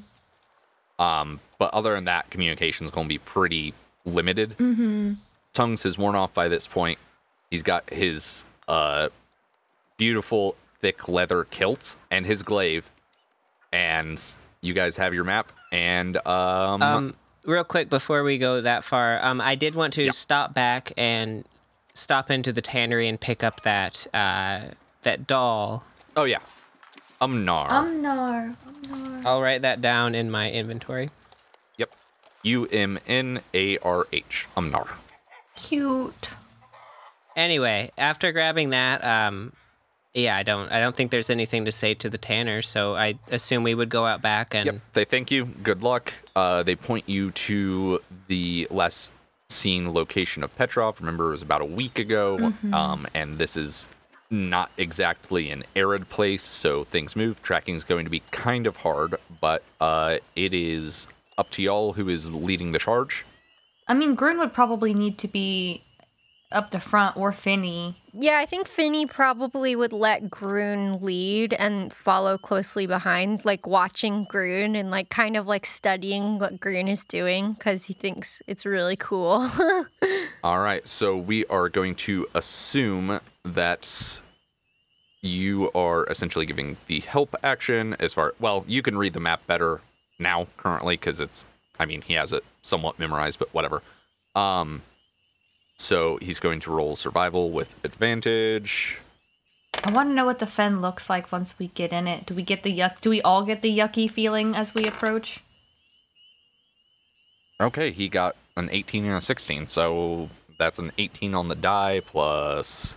Um, but other than that, communication is going to be pretty limited. Mm-hmm. Tongues has worn off by this point. He's got his uh, beautiful thick leather kilt and his glaive, and you guys have your map. And um, Um, real quick before we go that far, um, I did want to stop back and stop into the tannery and pick up that uh, that doll. oh yeah, Umnar. Umnar. Mm. I'll write that down in my inventory. yep, U M N A R H. Umnar. Cute. Anyway, after grabbing that, um, yeah, I don't, I don't think there's anything to say to the tanner, so I assume we would go out back and Yep. They thank you. Good luck. Uh, they point you to the less seen location of Petrov. Remember, it was about a week ago. Um, and this is not exactly an arid place, so things move. Tracking is going to be kind of hard, but uh, it is up to y'all who is leading the charge. I mean, Grun would probably need to be up the front or Finny. Yeah, I think Finney probably would let Groon lead and follow closely behind, like watching Groon and like kind of like studying what Groon is doing because he thinks it's really cool. All right, so we are going to assume that you are essentially giving the help action as far well, you can read the map better now currently cuz it's I mean, he has it somewhat memorized, but whatever. Um so he's going to roll survival with advantage. I want to know what the fen looks like once we get in it. Do we get the yuck? Do we all get the yucky feeling as we approach? Okay, he got an 18 and a 16, so that's an 18 on the die plus,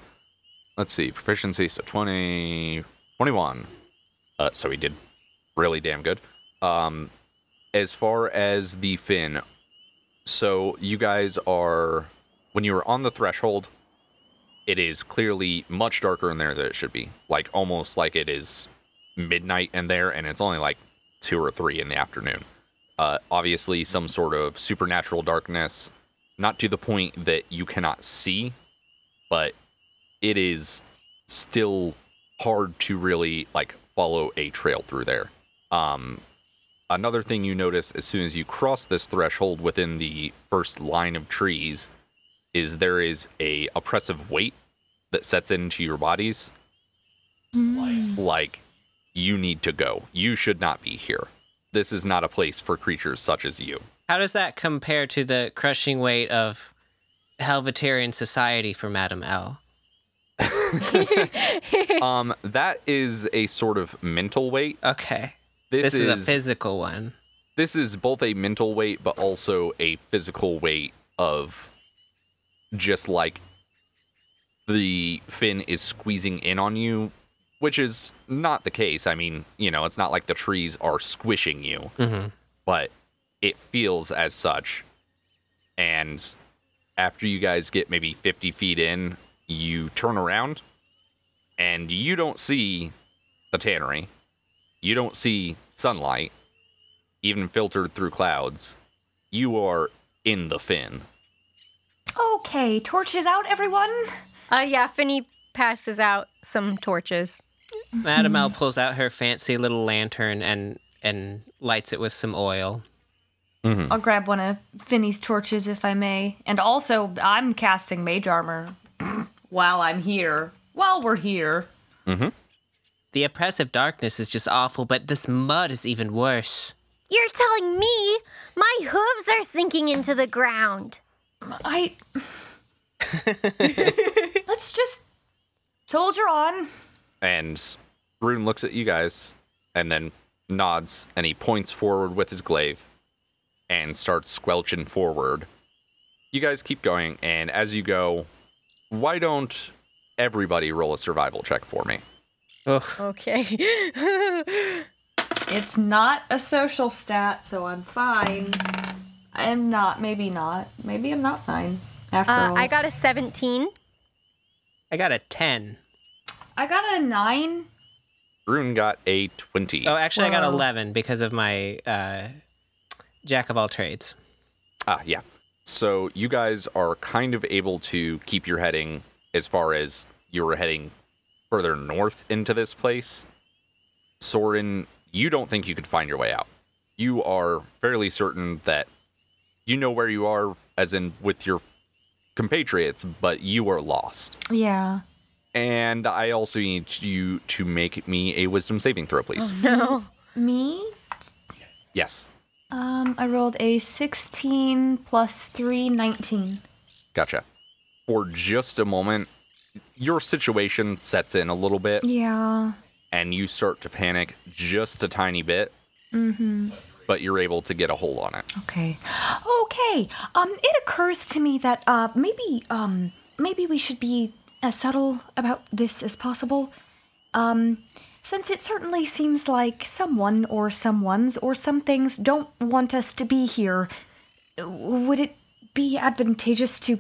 let's see, proficiency, so 20, 21. Uh, so he did really damn good. Um, as far as the fin, so you guys are, when you were on the threshold, it is clearly much darker in there than it should be. Like almost like it is midnight in there, and it's only like two or three in the afternoon. Uh, obviously, some sort of supernatural darkness, not to the point that you cannot see, but it is still hard to really like follow a trail through there. Um, another thing you notice as soon as you cross this threshold within the first line of trees is there is a oppressive weight that sets into your bodies like, like you need to go you should not be here this is not a place for creatures such as you How does that compare to the crushing weight of Helvetarian society for Madame L? um that is a sort of mental weight Okay. This, This is a physical one. this is both a mental weight but also a physical weight of just like the fin is squeezing in on you which is not the case i mean you know it's not like the trees are squishing you but it feels as such and after you guys get maybe 50 feet in you turn around and you don't see the tannery you don't see sunlight even filtered through clouds, you are in the fin. Okay, torches out, everyone. Uh, yeah, Finny passes out some torches. Madame L pulls out her fancy little lantern and and lights it with some oil. I'll grab one of Finny's torches if I may. And also, I'm casting mage armor while I'm here. While we're here. The oppressive darkness is just awful, but this mud is even worse. You're telling me my hooves are sinking into the ground. I. Let's just soldier on. And Rune looks at you guys and then nods and he points forward with his glaive and starts squelching forward. You guys keep going, and as you go, why don't everybody roll a survival check for me? Okay. Uh, It's not a social stat, so I'm fine. I'm not. Maybe not. Maybe I'm not fine. After Uh, all, I got a 17. I got a 10. I got a nine. Rune got a 20. Oh, actually, I got 11 because of my uh, jack of all trades. Ah, yeah. So you guys are kind of able to keep your heading as far as you were heading further north into this place. Soren, you don't think you could find your way out. You are fairly certain that you know where you are, as in with your compatriots, but you are lost. Yeah. And I also need you to make me a wisdom saving throw, please. Me? Yes. Um, I rolled a 16 plus 3, 19. Gotcha. For just a moment, your situation sets in a little bit. Yeah. and you start to panic just a tiny bit. But you're able to get a hold on it. Okay. Okay. Um, it occurs to me that uh, maybe um, maybe we should be as subtle about this as possible. Um, since it certainly seems like someone or someone's or some things don't want us to be here, w- would it be advantageous to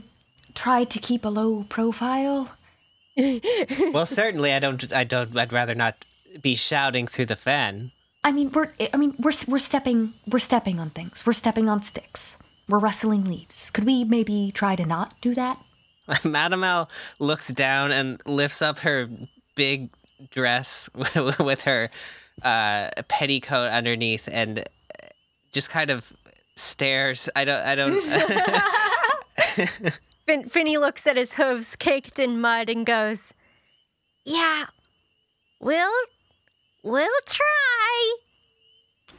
try to keep a low profile? well, certainly, I don't. I don't. I'd rather not be shouting through the fen. I mean, we're I mean, we're we're stepping we're stepping on things. We're stepping on sticks. We're rustling leaves. Could we maybe try to not do that? Madame L looks down and lifts up her big dress with her uh, petticoat underneath, and just kind of stares. I don't. I don't. Fin- Finny looks at his hooves caked in mud and goes, Yeah. We'll we'll try.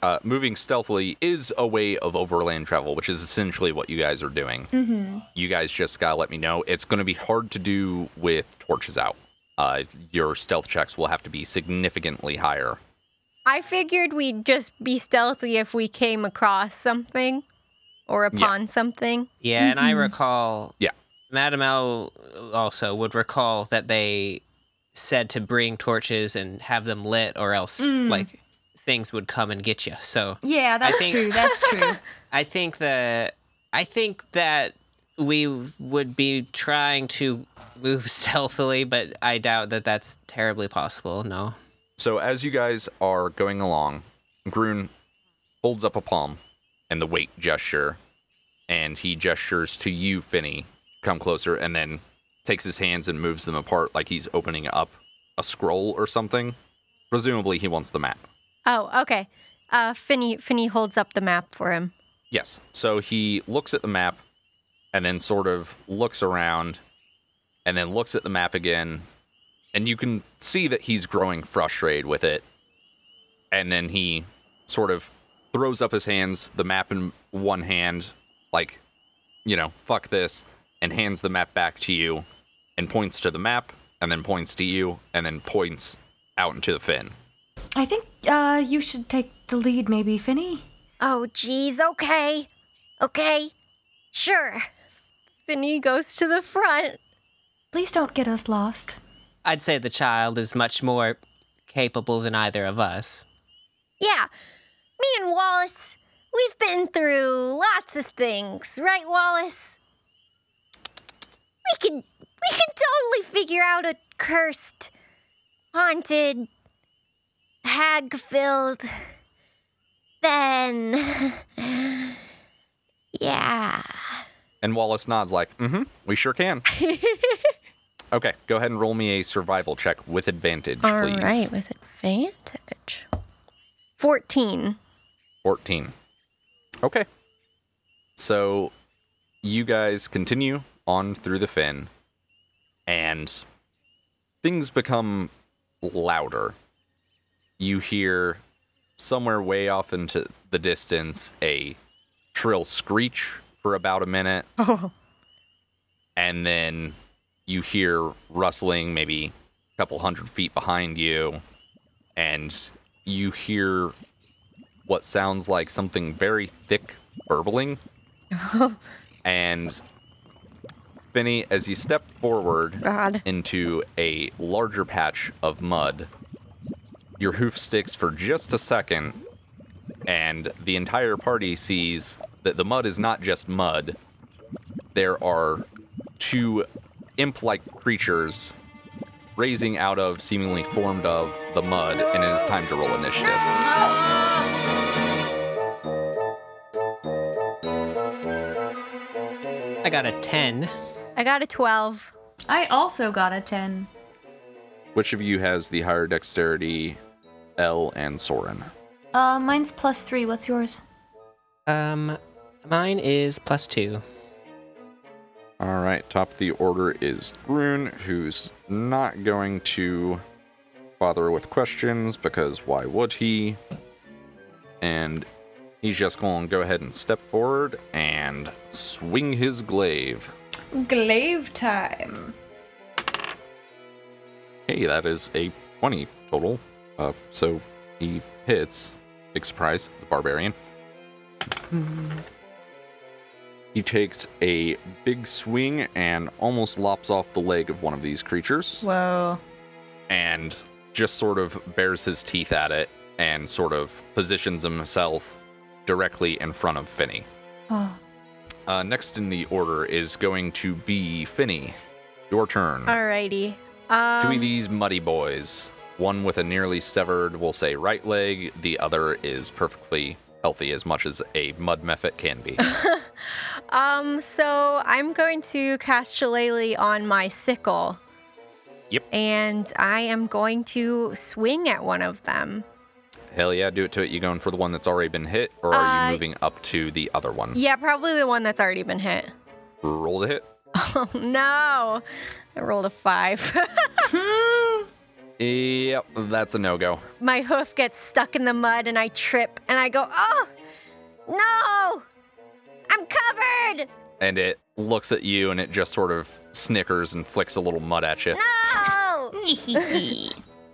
Uh, moving stealthily is a way of overland travel, which is essentially what you guys are doing. You guys just gotta let me know. It's gonna be hard to do with torches out. Uh, your stealth checks will have to be significantly higher. I figured we'd just be stealthy if we came across something or upon something. yeah, and I Mm-hmm. recall. Yeah. Madame L also would recall that they said to bring torches and have them lit, or else like things would come and get you. So Mm. Yeah, that's think- true. That's true. I think that I think that we would be trying to move stealthily, but I doubt that that's terribly possible. No. So as you guys are going along, Grun holds up a palm and the wait gesture, and he gestures to you, Finny, come closer, and then takes his hands and moves them apart like he's opening up a scroll or something. Presumably, he wants the map. Oh, okay. Uh, Finny Finny holds up the map for him. Yes. So he looks at the map and then sort of looks around and then looks at the map again. And you can see that he's growing frustrated with it. And then he sort of throws up his hands, the map in one hand, like, you know, fuck this, and hands the map back to you and points to the map and then points to you and then points out into the fin. I think uh, you should take the lead, maybe, Finny. Oh, geez. Okay. Okay. Sure. Finny goes to the front. Please don't get us lost. I'd say the child is much more capable than either of us. Yeah. Me and Wallace, we've been through lots of things, right, Wallace? We can we can totally figure out a cursed, haunted, hag-filled then Yeah. And Wallace nods, like, mm hmm, we sure can. okay, go ahead and roll me a survival check with advantage, All please. right, with advantage. 14. 14. Okay. So you guys continue on through the fin, and things become louder. You hear somewhere way off into the distance a shrill screech for about a minute. And then you hear rustling maybe a couple hundred feet behind you, and you hear what sounds like something very thick burbling. and Benny, as you step forward God. into a larger patch of mud, your hoof sticks for just a second, and the entire party sees that the mud is not just mud. There are two imp like creatures raising out of, seemingly formed of, the mud, and it is time to roll initiative. I got a 10. I got a 12. I also got a 10. Which of you has the higher dexterity, L and Soren? Uh, mine's plus three. What's yours? Um, mine is plus 2. All right, top of the order is Grun, who's not going to bother with questions because why would he? And he's just going to go ahead and step forward and swing his glaive. Glaive time. Hey, that is a 20 total. Uh, so he hits. Big surprise, the barbarian. he takes a big swing and almost lops off the leg of one of these creatures Whoa. and just sort of bares his teeth at it and sort of positions himself directly in front of Finny. Uh, next in the order is going to be Finny. Your turn. Um, Alrighty. Two of these muddy boys. One with a nearly severed, we'll say, right leg. The other is perfectly healthy, as much as a mud mephit can be. Um, so I'm going to cast Shillelagh on my sickle. Yep. And I am going to swing at one of them. Hell yeah, do it to it. You going for the one that's already been hit, or are you moving up to the other one? Yeah, probably the one that's already been hit. Oh, Roll to hit. No, I rolled a five. Yep, that's a no go. my hoof gets stuck in the mud and I trip and I go, oh, No! I'm covered! and it looks at you and it just sort of snickers and flicks a little mud at you. Oh!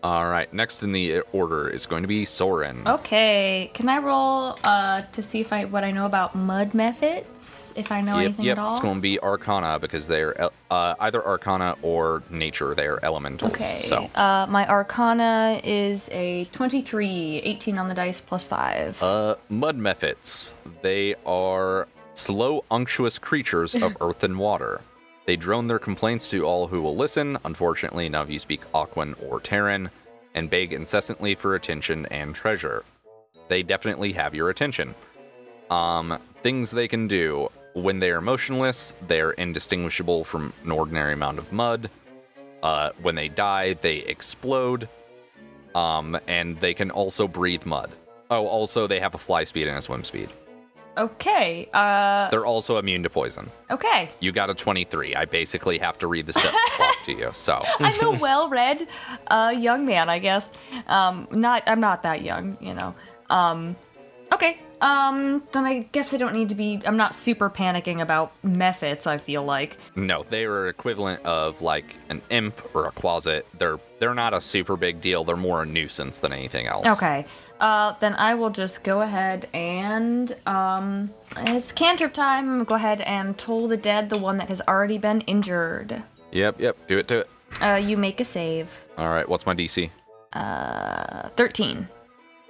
All right, next in the order is going to be Soren. Oh, Okay. Can I roll uh, to see if I what I know about mud methods? If I know yep, anything yep. at all? It's going to be Arcana because they're el- uh, either Arcana or Nature. They are elementals. Okay. So Uh, my arcana is a 23, 18 on the dice plus 5. Uh, mud mephits. They are slow, unctuous creatures of earth and water. They drone their complaints to all who will listen. Unfortunately, none of you speak Aquan or Terran, and beg incessantly for attention and treasure. They definitely have your attention. Um, things they can do when they are motionless, they are indistinguishable from an ordinary amount of mud. Uh, when they die, they explode. Um, and they can also breathe mud. Oh, also they have a fly speed and a swim speed. okay. Uh, They're also immune to poison. okay. You got a 23. I basically have to read the step clock to you. So, I'm a well-read uh, young man, I guess. Um, not I'm not that young, you know. Um, okay. Um, then I guess I don't need to be. I'm not super panicking about methods. I feel like. No, they are equivalent of like an imp or a closet. They're they're not a super big deal. They're more a nuisance than anything else. Okay. Uh, then I will just go ahead and um, it's cantrip time. I'm gonna go ahead and toll the dead, the one that has already been injured. Yep, yep. Do it, do it. Uh, you make a save. All right. What's my DC? Uh, Thirteen.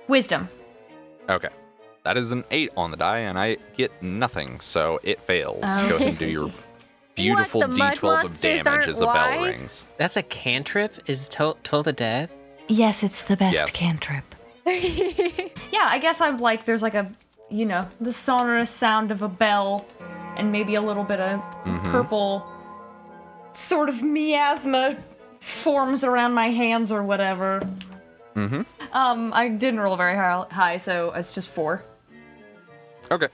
Wisdom. Okay. That is an eight on the die, and I get nothing, so it fails. Go ahead and do your beautiful the mud D12 of monsters damage aren't as the bell wise? rings. That's a cantrip. Is to- Toll the Dead? Yes, it's the best Yes. cantrip. Yeah, I guess I'm like there's like a you know the sonorous sound of a bell, and maybe a little bit of purple sort of miasma forms around my hands or whatever. Mm-hmm. Um, I didn't roll very hi- high, so it's just four. Okay.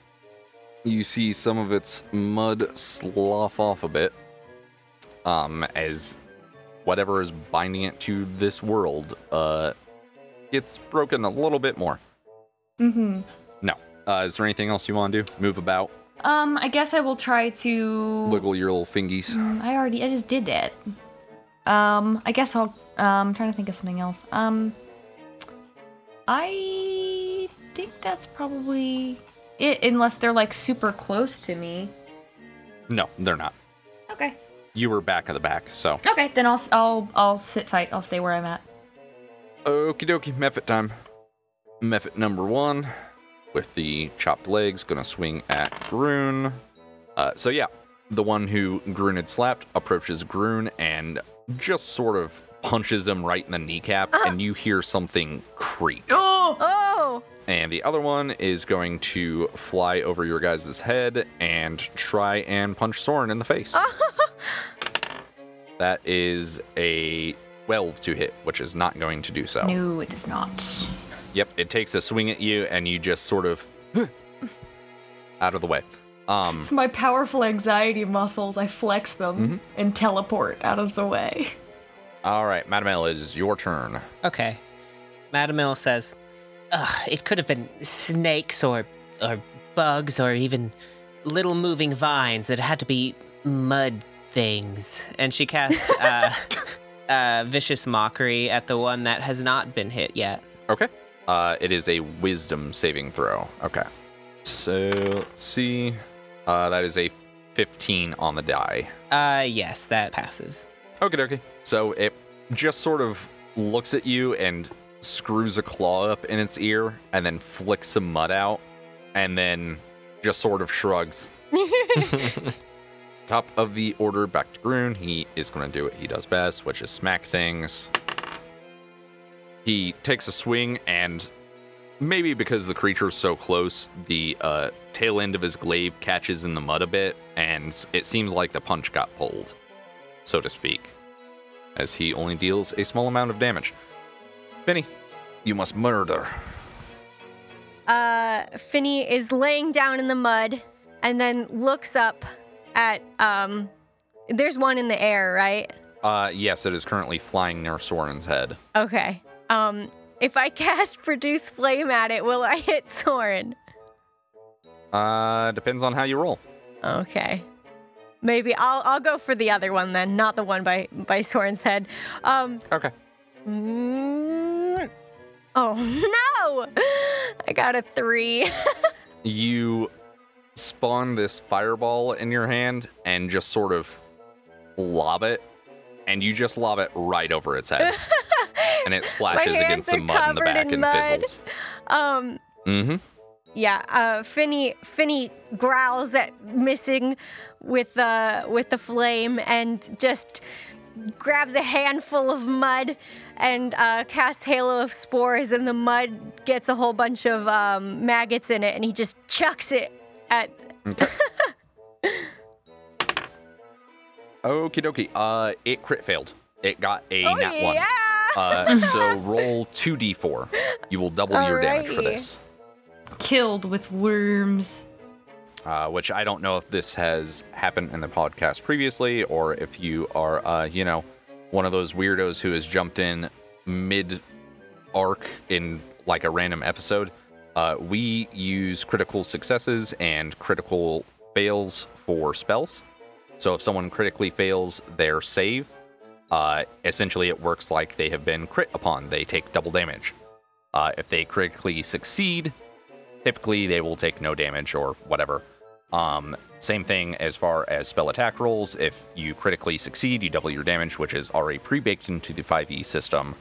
You see some of its mud slough off a bit, um, as whatever is binding it to this world, uh, gets broken a little bit more. Mm-hmm. No. Uh, is there anything else you want to do? Move about, Um, I guess I will try to. wiggle your little fingies. Um, I already, I just did that. Um, I guess I'll. Um, I'm trying to think of something else. Um, I think that's probably it, unless they're like super close to me. No, they're not. Okay. You were back of the back, so. Okay, then I'll s- I'll I'll sit tight. I'll stay where I'm at. Okie dokie, Mephit time. Mephit number one with the chopped legs, gonna swing at Groon. Uh, so, yeah, the one who Groon had slapped approaches Groon and just sort of punches him right in the kneecap, and you hear something creak. Oh, And the other one is going to fly over your guys' head and try and punch Soren in the face. that is a 12 to hit, which is not going to do so. No, it is not. Yep, it takes a swing at you, and you just sort of out of the way. Um, It's my powerful anxiety muscles. I flex them and teleport out of the way. all right, Madame L, it is your turn. Okay. Madam Mill says, Ugh, it could have been snakes or, or bugs or even little moving vines. It had to be mud things. And she casts uh, uh, Vicious Mockery at the one that has not been hit yet. Okay. Uh, it is a wisdom saving throw. Okay. So let's see. Uh, that is a 15 on the die. Uh, yes, that passes. Okay, dokie. So it just sort of looks at you and screws a claw up in its ear, and then flicks some mud out, and then just sort of shrugs. Top of the order, back to Groon. He is going to do what he does best, which is smack things. He takes a swing, and maybe because the creature's so close, the uh, tail end of his glaive catches in the mud a bit, and it seems like the punch got pulled so to speak, as he only deals a small amount of damage. Benny, you must murder. uh, Finny is laying down in the mud and then looks up at um. There's one in the air, right? Uh, yes, it is currently flying near Soren's head. Okay. Um, if I cast produce flame at it, will I hit Soren? Uh, depends on how you roll. Okay. Maybe I'll I'll go for the other one then, not the one by by Soren's head. Um Okay. mm, Oh no! I got a 3. You spawn this fireball in your hand and just sort of lob it, and you just lob it right over its head. and it splashes against hands the are mud in the covered back in and mud. fizzles. Um Mm-hmm. yeah, uh Finny Finny growls at missing with the with the flame and just grabs a handful of mud and uh, casts halo of spores and the mud gets a whole bunch of um, maggots in it and he just chucks it at Okie dokie. Uh, it crit failed. It got a nat one. Oh, yeah! Uh, so roll 2d4. You will double your damage for Alrighty. this. Killed with worms. Uh, which I don't know if this has happened in the podcast previously or if you are, uh, you know, one of those weirdos who has jumped in mid arc in like a random episode Uh, we use critical successes and critical fails for spells. So if someone critically fails their save, uh, essentially it works like they have been crit upon. They take double damage. Uh, if they critically succeed, typically they will take no damage or whatever. Um, same thing as far as spell attack rolls. If you critically succeed, you double your damage, which is already pre baked into the 5e system.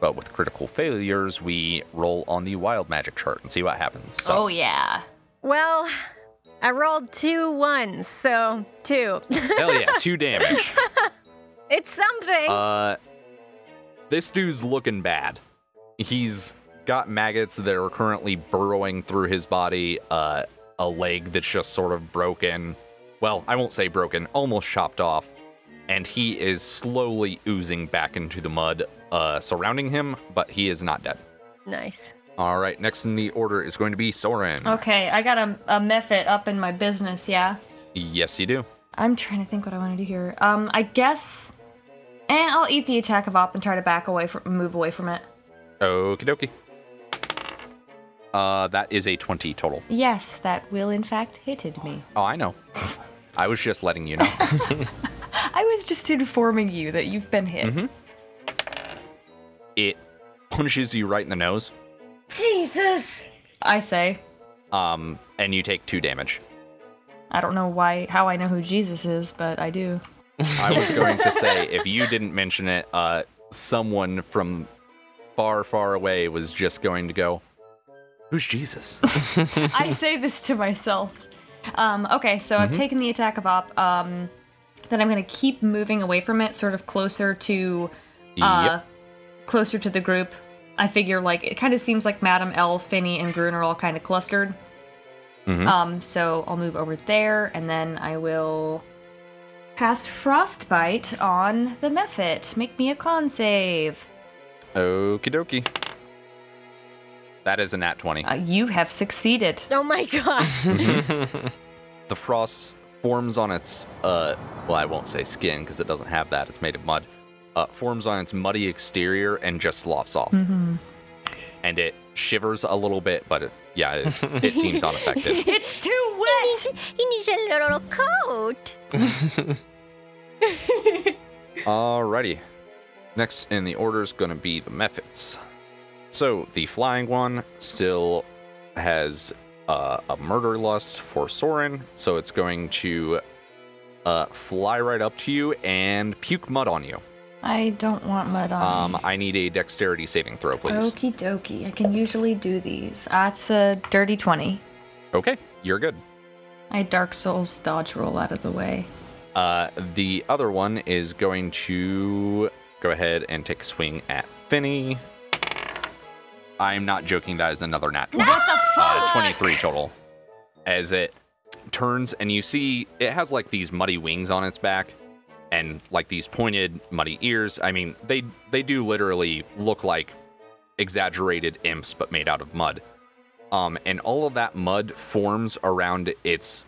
But with critical failures, we roll on the wild magic chart and see what happens. So Oh, yeah. Well, I rolled two ones, so two. hell yeah, two damage. it's something. Uh, this dude's looking bad. He's got maggots that are currently burrowing through his body. Uh, a leg that's just sort of broken. Well, I won't say broken, almost chopped off. And he is slowly oozing back into the mud uh, surrounding him, but he is not dead. nice. All right, next in the order is going to be Soren. Okay, I got a, a method up in my business, yeah. Yes, you do. I'm trying to think what I want to do here. Um, I guess. Eh, I'll eat the attack of op and try to back away from, move away from it. Okie dokie. Uh, that is a 20 total. Yes, that will in fact hitted me. Oh, I know. I was just letting you know. I was just informing you that you've been hit. it punches you right in the nose, Jesus. I say, um, and you take two damage. I don't know why, how I know who Jesus is, but I do. I was going to say if you didn't mention it, uh, someone from far, far away was just going to go, "Who's Jesus?" I say this to myself. Um, okay, so I've taken the attack of op. Um, then I'm gonna keep moving away from it, sort of closer to, uh, Yep. closer to the group. I figure like it kind of seems like Madam L, Finney, and Grun are all kind of clustered. Mm-hmm. Um, so I'll move over there, and then I will cast Frostbite on the Mephit. Make me a con save. Okie dokie. That is a nat twenty. Uh, you have succeeded. Oh my gosh. the frost forms on its uh well i won't say skin because it doesn't have that it's made of mud uh, forms on its muddy exterior and just sloughs off and it shivers a little bit but it, yeah it, it seems unaffected It's too wet! He needs a little coat. alrighty next in the order is going to be the methods so the flying one still has uh, a murder lust for soren so it's going to uh, fly right up to you and puke mud on you I don't want mud on. Um, I need a dexterity saving throw, please. Okie dokie. I can usually do these. That's a dirty 20. Okay, you're good. I Dark Souls dodge roll out of the way. Uh, the other one is going to go ahead and take a swing at Finny. I'm not joking. That is another nat. What the fuck? 23 total. As it turns, and you see it has like these muddy wings on its back, and like these pointed muddy ears. I mean, they they do literally look like exaggerated imps, but made out of mud. Um, and all of that mud forms around its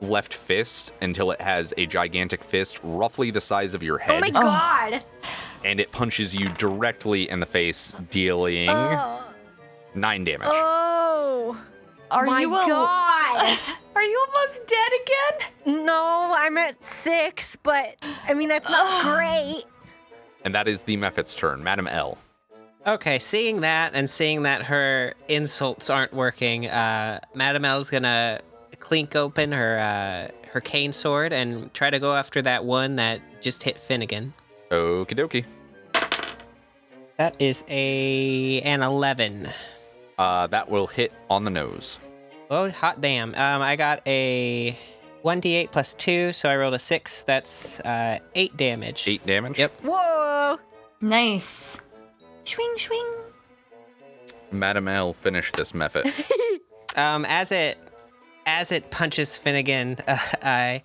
left fist until it has a gigantic fist roughly the size of your Oh head my god. and it punches you directly in the face dealing Oh. 9 damage. Oh. Are My you al- God. Are you almost dead again? No, I'm at six, but I mean, that's not great. and that is the Mephit's turn, Madam L. Okay, seeing that and seeing that her insults aren't working, uh, Madame L's gonna clink open her uh, her cane sword and try to go after that one that just hit Finnegan. Okie dokie. That is a an eleven. Uh, that will hit on the nose. Oh, hot damn! Um, I got a one d8 plus two, so I rolled a six. That's uh, eight damage. 8 damage. Yep. Whoa. Nice. Swing, swing. Madam L finished this Mephit. Um, as it as it punches Finnegan, uh, I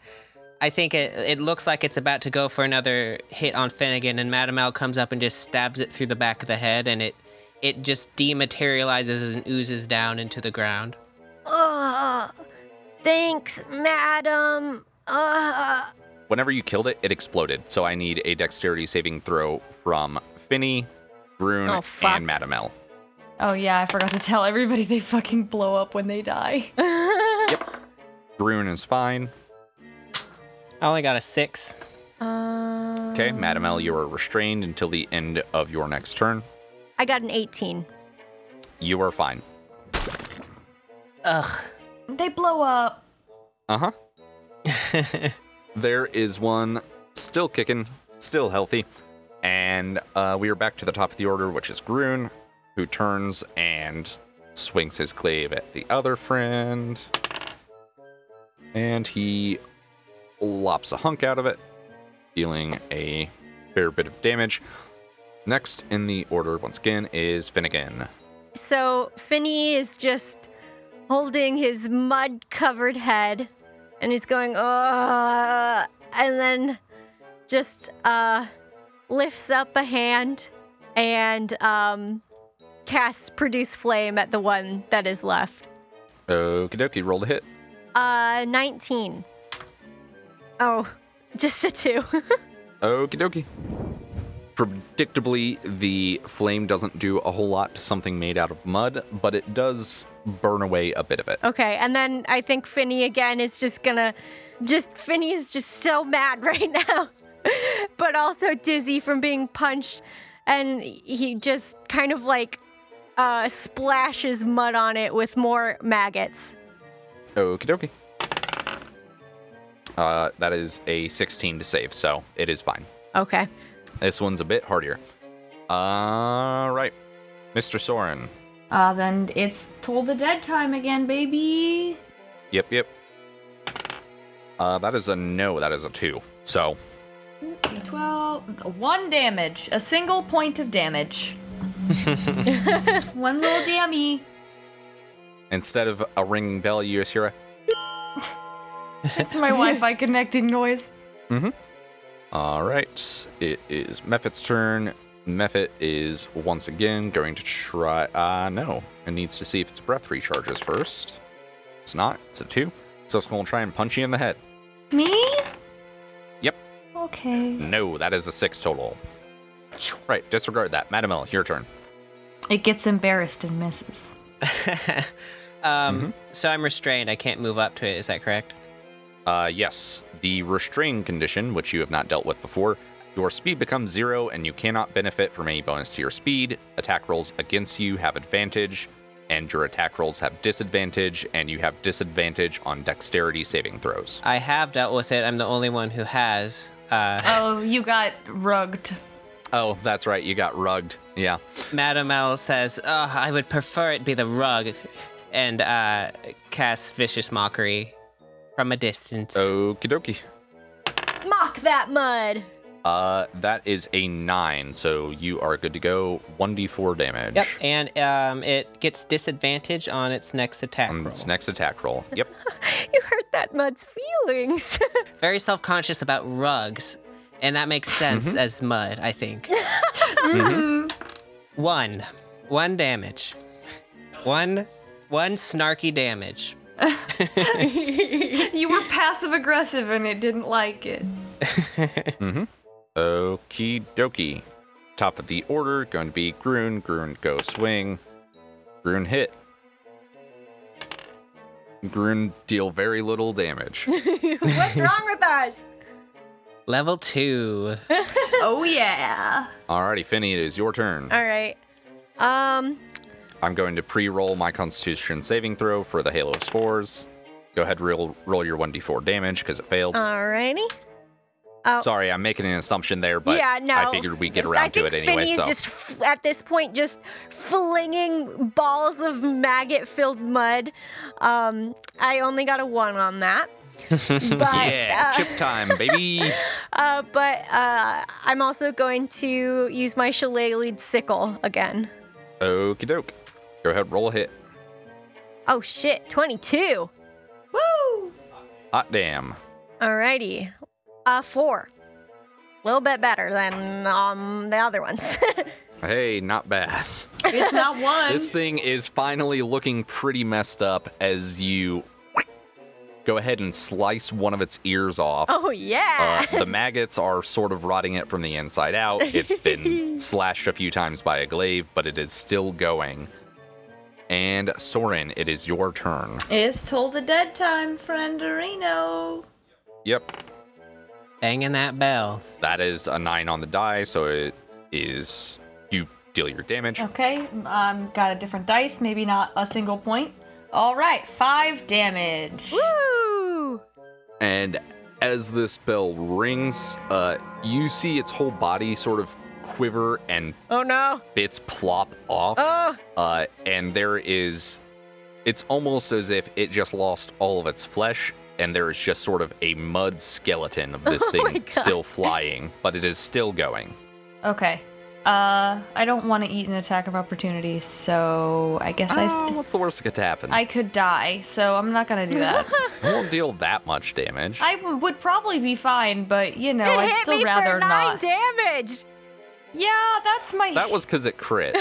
I think it it looks like it's about to go for another hit on Finnegan, and Madame L comes up and just stabs it through the back of the head, and it it just dematerializes and oozes down into the ground. Oh, thanks, madam. Uh, Whenever you killed it, it exploded. So I need a dexterity saving throw from Finny, Rune, Oh, fuck. and Madam L. Oh yeah, I forgot to tell everybody they fucking blow up when they die. Grun is fine. I only got a six. Uh, Okay, Madam L, Um. you are restrained until the end of your next turn. I got an 18. You are fine. They blow up. Uh huh. there is one still kicking, still healthy. And uh, we are back to the top of the order, which is Groon, who turns and swings his glaive at the other friend. And he lops a hunk out of it, dealing a fair bit of damage. Next in the order, once again, is Finnegan. So Finney is just holding his mud covered head and he's going, oh, and then just uh, lifts up a hand and um, casts produce flame at the one that is left. Okie dokie, roll to hit. Uh, 19. Oh, just a two. Okie dokie. Predictably, the flame doesn't do a whole lot to something made out of mud, but it does burn away a bit of it. okay, and then I think Finney again is just gonna, just Finney is just so mad right now, but also dizzy from being punched, and he just kind of like uh, splashes mud on it with more maggots. Okie dokie. Uh, that is a 16 to save, so it is fine. Okay. This one's a bit harder. All right, Mr. Soren. Ah, then it's toll the dead time again, baby. Yep, yep. Uh, that is a no. That is a two. So Twelve. One damage. A single point of damage. One little dammy. instead of a ringing bell, you just hear a It's my Wi-Fi connecting noise. All right, it is Mephit's turn. Mephit is once again going to try. Uh, no, it needs to see if its breath recharges first. It's not. It's a two. So it's going to try and punch you in the head. Me? Yep. Okay. No, that is the six total. Right, disregard that. Madam L, your turn. It gets embarrassed and misses. Um, So I'm restrained. I can't move up to it. Is that correct? Uh, yes, the restrain condition, which you have not dealt with before. Your speed becomes zero, and you cannot benefit from any bonus to your speed. Attack rolls against you have advantage, and your attack rolls have disadvantage, and you have disadvantage on dexterity saving throws. I have dealt with it. I'm the only one who has. Uh, Oh, you got rugged. Oh, that's right, you got rugged. Yeah. Madam L says, oh, I would prefer it be the rug, and uh, casts vicious mockery from a distance. Okie dokie. Mock that mud. Uh, that is a nine, so you are good to go. 1d4 damage. Yep, and um, it gets disadvantage on its next attack On roll. its next attack roll. Yep. You hurt that mud's feelings. Very self-conscious about rugs, and that makes Mm-hmm. sense as mud, I think. One, one damage, one, one snarky damage. You were passive aggressive and it didn't like it. Okie dokie. Top of the order, going to be Groon. Groon, go swing. Groon hit. Groon deal very little damage. What's wrong with us? Level two. Oh yeah. Alrighty, Finny, it is your turn. All right. Um, I'm going to pre-roll my Constitution saving throw for the Halo of Spores. Go ahead, roll roll your 1d4 damage because it failed. alrighty. Oh. Sorry, I'm making an assumption there, but yeah, no. I figured we'd get I around to think it anyway. Finney is so just f- at this point just flinging balls of maggot-filled mud. Um, I only got a one on that. but yeah, chip time, baby. uh, but uh, I'm also going to use my shillelagh sickle again. Okie doke. Go ahead, roll a hit. Oh shit, 22. Hot damn. Alrighty. Uh, four. A little bit better than um, the other ones. Hey, not bad. It's not one. Um, This thing is finally looking pretty messed up as you go ahead and slice one of its ears off. oh, yeah. Uh, the maggots are sort of rotting it from the inside out. It's been slashed a few times by a glaive, but it is still going. And Soren, it is your turn. It's told the dead time, frienderino. Yep. Banging that bell. That is a nine on the die, so it is you deal your damage. Okay, um, got a different dice, maybe not a single point. All right, five damage. Woo! And as this bell rings, uh, you see its whole body sort of quiver and Oh no! bits plop off. Oh! Uh, and there is, it's almost as if it just lost all of its flesh, and there is just sort of a mud skeleton of Oh this thing still flying, but it is still going. Okay. Uh, I don't want to eat an attack of opportunity, so I guess I Oh, st- what's the worst that could happen? I could die, so I'm not gonna do that. It won't deal that much damage. I w- would probably be fine, but you know, it I'd hit still me rather for nine not. damage. yeah, that's my. that was because it crit.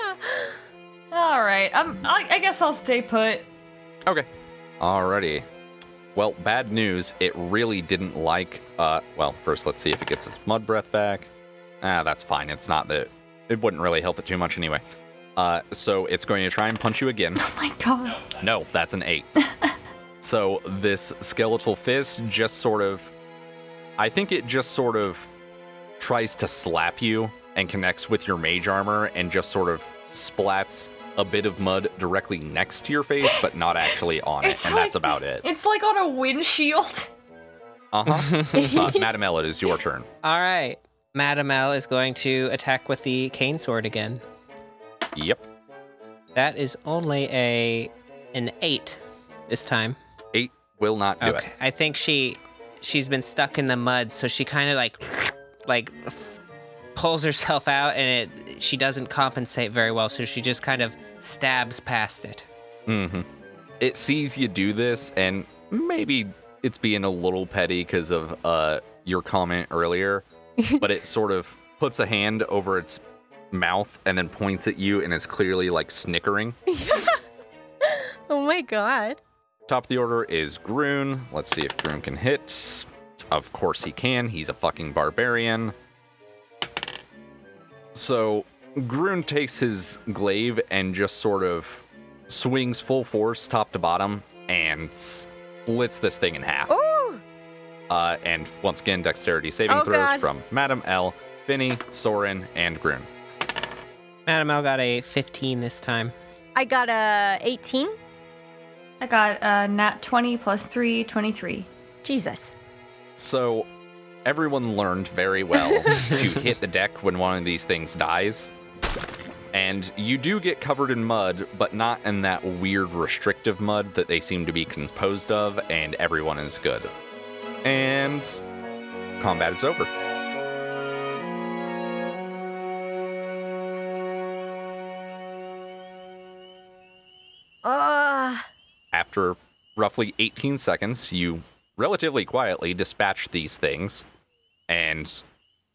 All right. I'm. I, I guess I'll stay put. Okay. Alrighty. Well, bad news. It really didn't like. Uh, well, first let's see if it gets its mud breath back. Ah, that's fine. It's not that. It wouldn't really help it too much anyway. Uh, so it's going to try and punch you again. Oh my god. No, that's an eight. so this skeletal fist just sort of. I think it just sort of tries to slap you and connects with your mage armor and just sort of splats a bit of mud directly next to your face, but not actually on it. It's and like- that's about it. It's like on a windshield. Uh huh. uh, Madam Ella, it is your turn. All right. Madame L is going to attack with the cane sword again. Yep. That is only a an eight this time. Eight will not do it. I think she she's been stuck in the mud, so she kind of like like pulls herself out, and it she doesn't compensate very well, so she just kind of stabs past it. it sees you do this and maybe it's being a little petty because of uh, your comment earlier but it sort of puts a hand over its mouth and then points at you and is clearly like snickering Oh my god. top of the order is groon let's see if groon can hit of course he can he's a fucking barbarian so groon takes his glaive and just sort of swings full force top to bottom and splits this thing in half Ooh! Uh, and once again, dexterity saving Oh, throws God. from Madam L, Vinny, Soren, and Grun. Madame L got a fifteen this time. I got a 18. I got uh, nat 20 plus 3, 23. Jesus. So everyone learned very well to hit the deck when one of these things dies. And you do get covered in mud, but not in that weird restrictive mud that they seem to be composed of, and everyone is good. And combat is over. Ugh. after roughly 18 seconds, you relatively quietly dispatch these things, and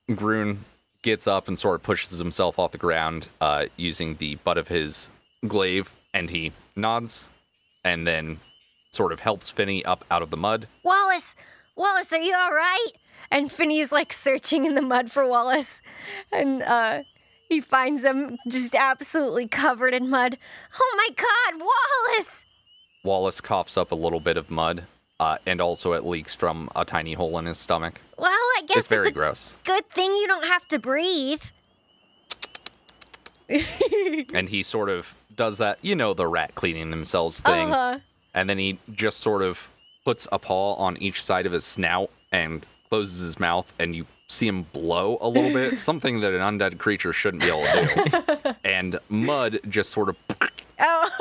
Groon gets up and sort of pushes himself off the ground uh, using the butt of his glaive, and he nods and then sort of helps Finny up out of the mud. Wallace, Wallace, are you all right? And Finney's like searching in the mud for Wallace, and uh, he finds them just absolutely covered in mud. Oh my God, Wallace! Wallace coughs up a little bit of mud, uh, and also it leaks from a tiny hole in his stomach. Well, I guess it's it's, very a gross. good thing you don't have to breathe. and he sort of does that, you know, the rat cleaning themselves thing. And then he just sort of puts a paw on each side of his snout and closes his mouth, and you see him blow a little bit, something that an undead creature shouldn't be able to do. and mud just sort of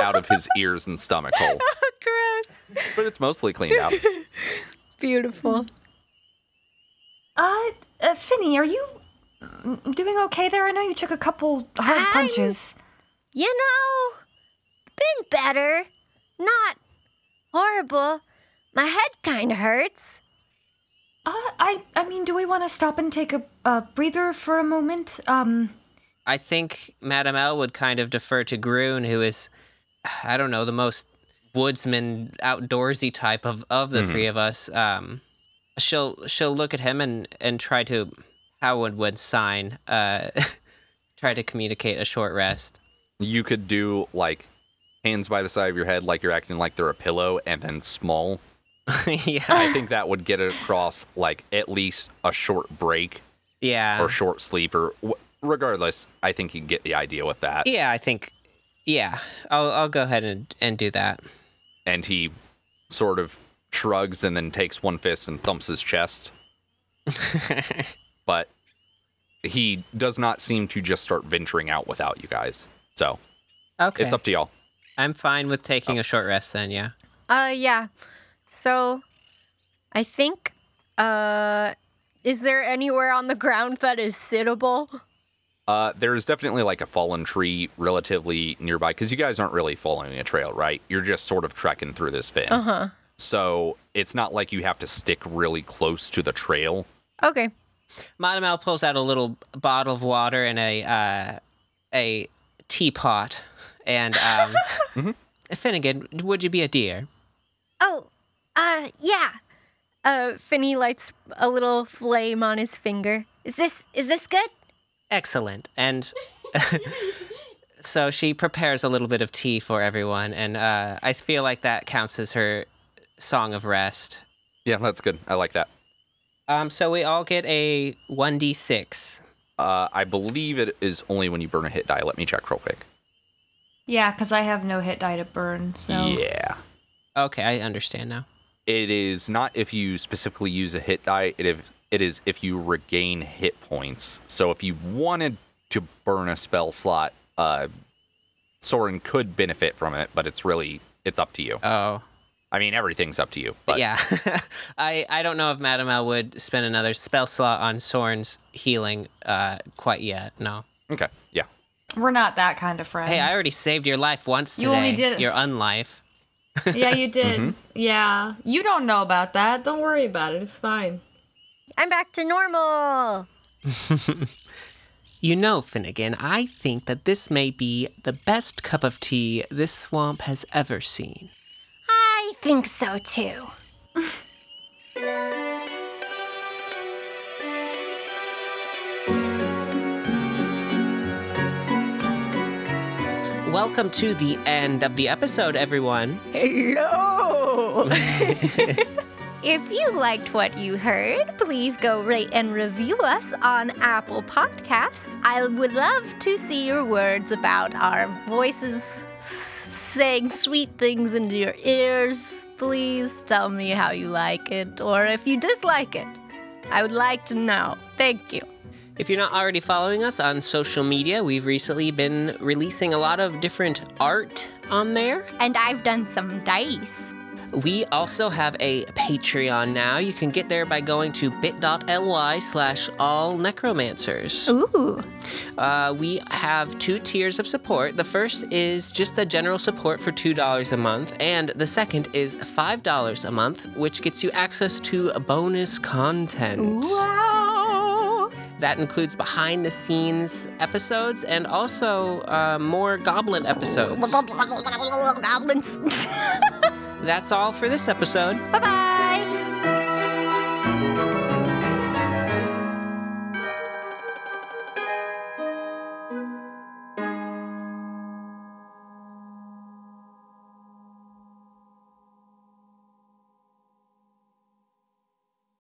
out of his ears and stomach hole. Gross. But it's mostly cleaned out. Beautiful. Uh, uh Finny, are you mm, doing okay there? I know you took a couple hard I'm- punches. You know, been better. Not horrible. My head kind of hurts. Uh, I I mean, do we want to stop and take a, a breather for a moment? Um, I think Madame L would kind of defer to Groon, who is, I don't know, the most woodsman, outdoorsy type of, of the three of us. Um, she'll she'll look at him and, and try to, how one would sign, uh, try to communicate a short rest. you could do like hands by the side of your head like you're acting like they're a pillow, and then small. yeah. I think that would get across like at least a short break Yeah. or short sleep or wh- regardless. I think you get the idea with that. Yeah, I think. Yeah, I'll I'll go ahead and, and do that. And he sort of shrugs and then takes one fist and thumps his chest. but he does not seem to just start venturing out without you guys. So Okay. it's up to y'all. I'm fine with taking a short rest then. Yeah. Uh, yeah. So, I think, uh, is there anywhere on the ground that is sittable? Uh, there is definitely like a fallen tree relatively nearby because you guys aren't really following a trail, right? You're just sort of trekking through this bin. Uh huh. So it's not like you have to stick really close to the trail. Okay. Monomal pulls out a little bottle of water and a uh, a teapot, and um, Finnegan, would you be a deer? Oh, uh, yeah. Uh, Finny lights a little flame on his finger. Is this is this good? Excellent. And so she prepares a little bit of tea for everyone, and uh, I feel like that counts as her song of rest. Yeah, that's good. I like that. Um, so we all get a one d six. Uh, I believe it is only when you burn a hit die. Let me check real quick. Yeah, because I have no hit die to burn, so. Yeah. Okay, I understand now. It is not if you specifically use a hit die. It if it is if you regain hit points. So if you wanted to burn a spell slot, uh, Soren could benefit from it, but it's really it's up to you. Oh, I mean, everything's up to you. but But yeah. I I don't know if Madame L would spend another spell slot on Soren's healing uh, quite yet. No. Okay. Yeah. We're not that kind of friends. Hey, I already saved your life once today. You only did it- your unlife. yeah, you did. Mm-hmm. Yeah. You don't know about that. Don't worry about it. It's fine. I'm back to normal. You know, Finnegan, I think that this may be the best cup of tea this swamp has ever seen. I think so too. Welcome to the end of the episode, everyone. Hello. if you liked what you heard, please go rate and review us on Apple Podcasts. I would love to see your words about our voices saying sweet things into your ears. Please tell me how you like it or if you dislike it. I would like to know. Thank you. If you're not already following us on social media, we've recently been releasing a lot of different art on there. And I've done some dice. We also have a Patreon now. You can get there by going to bit.ly slash all necromancers. Ooh. Uh, we have two tiers of support. The first is just the general support for $2 a month, and the second is $5 a month, which gets you access to bonus content. Wow. That includes behind the scenes episodes and also uh, more goblin episodes. Goblins. That's all for this episode. Bye bye.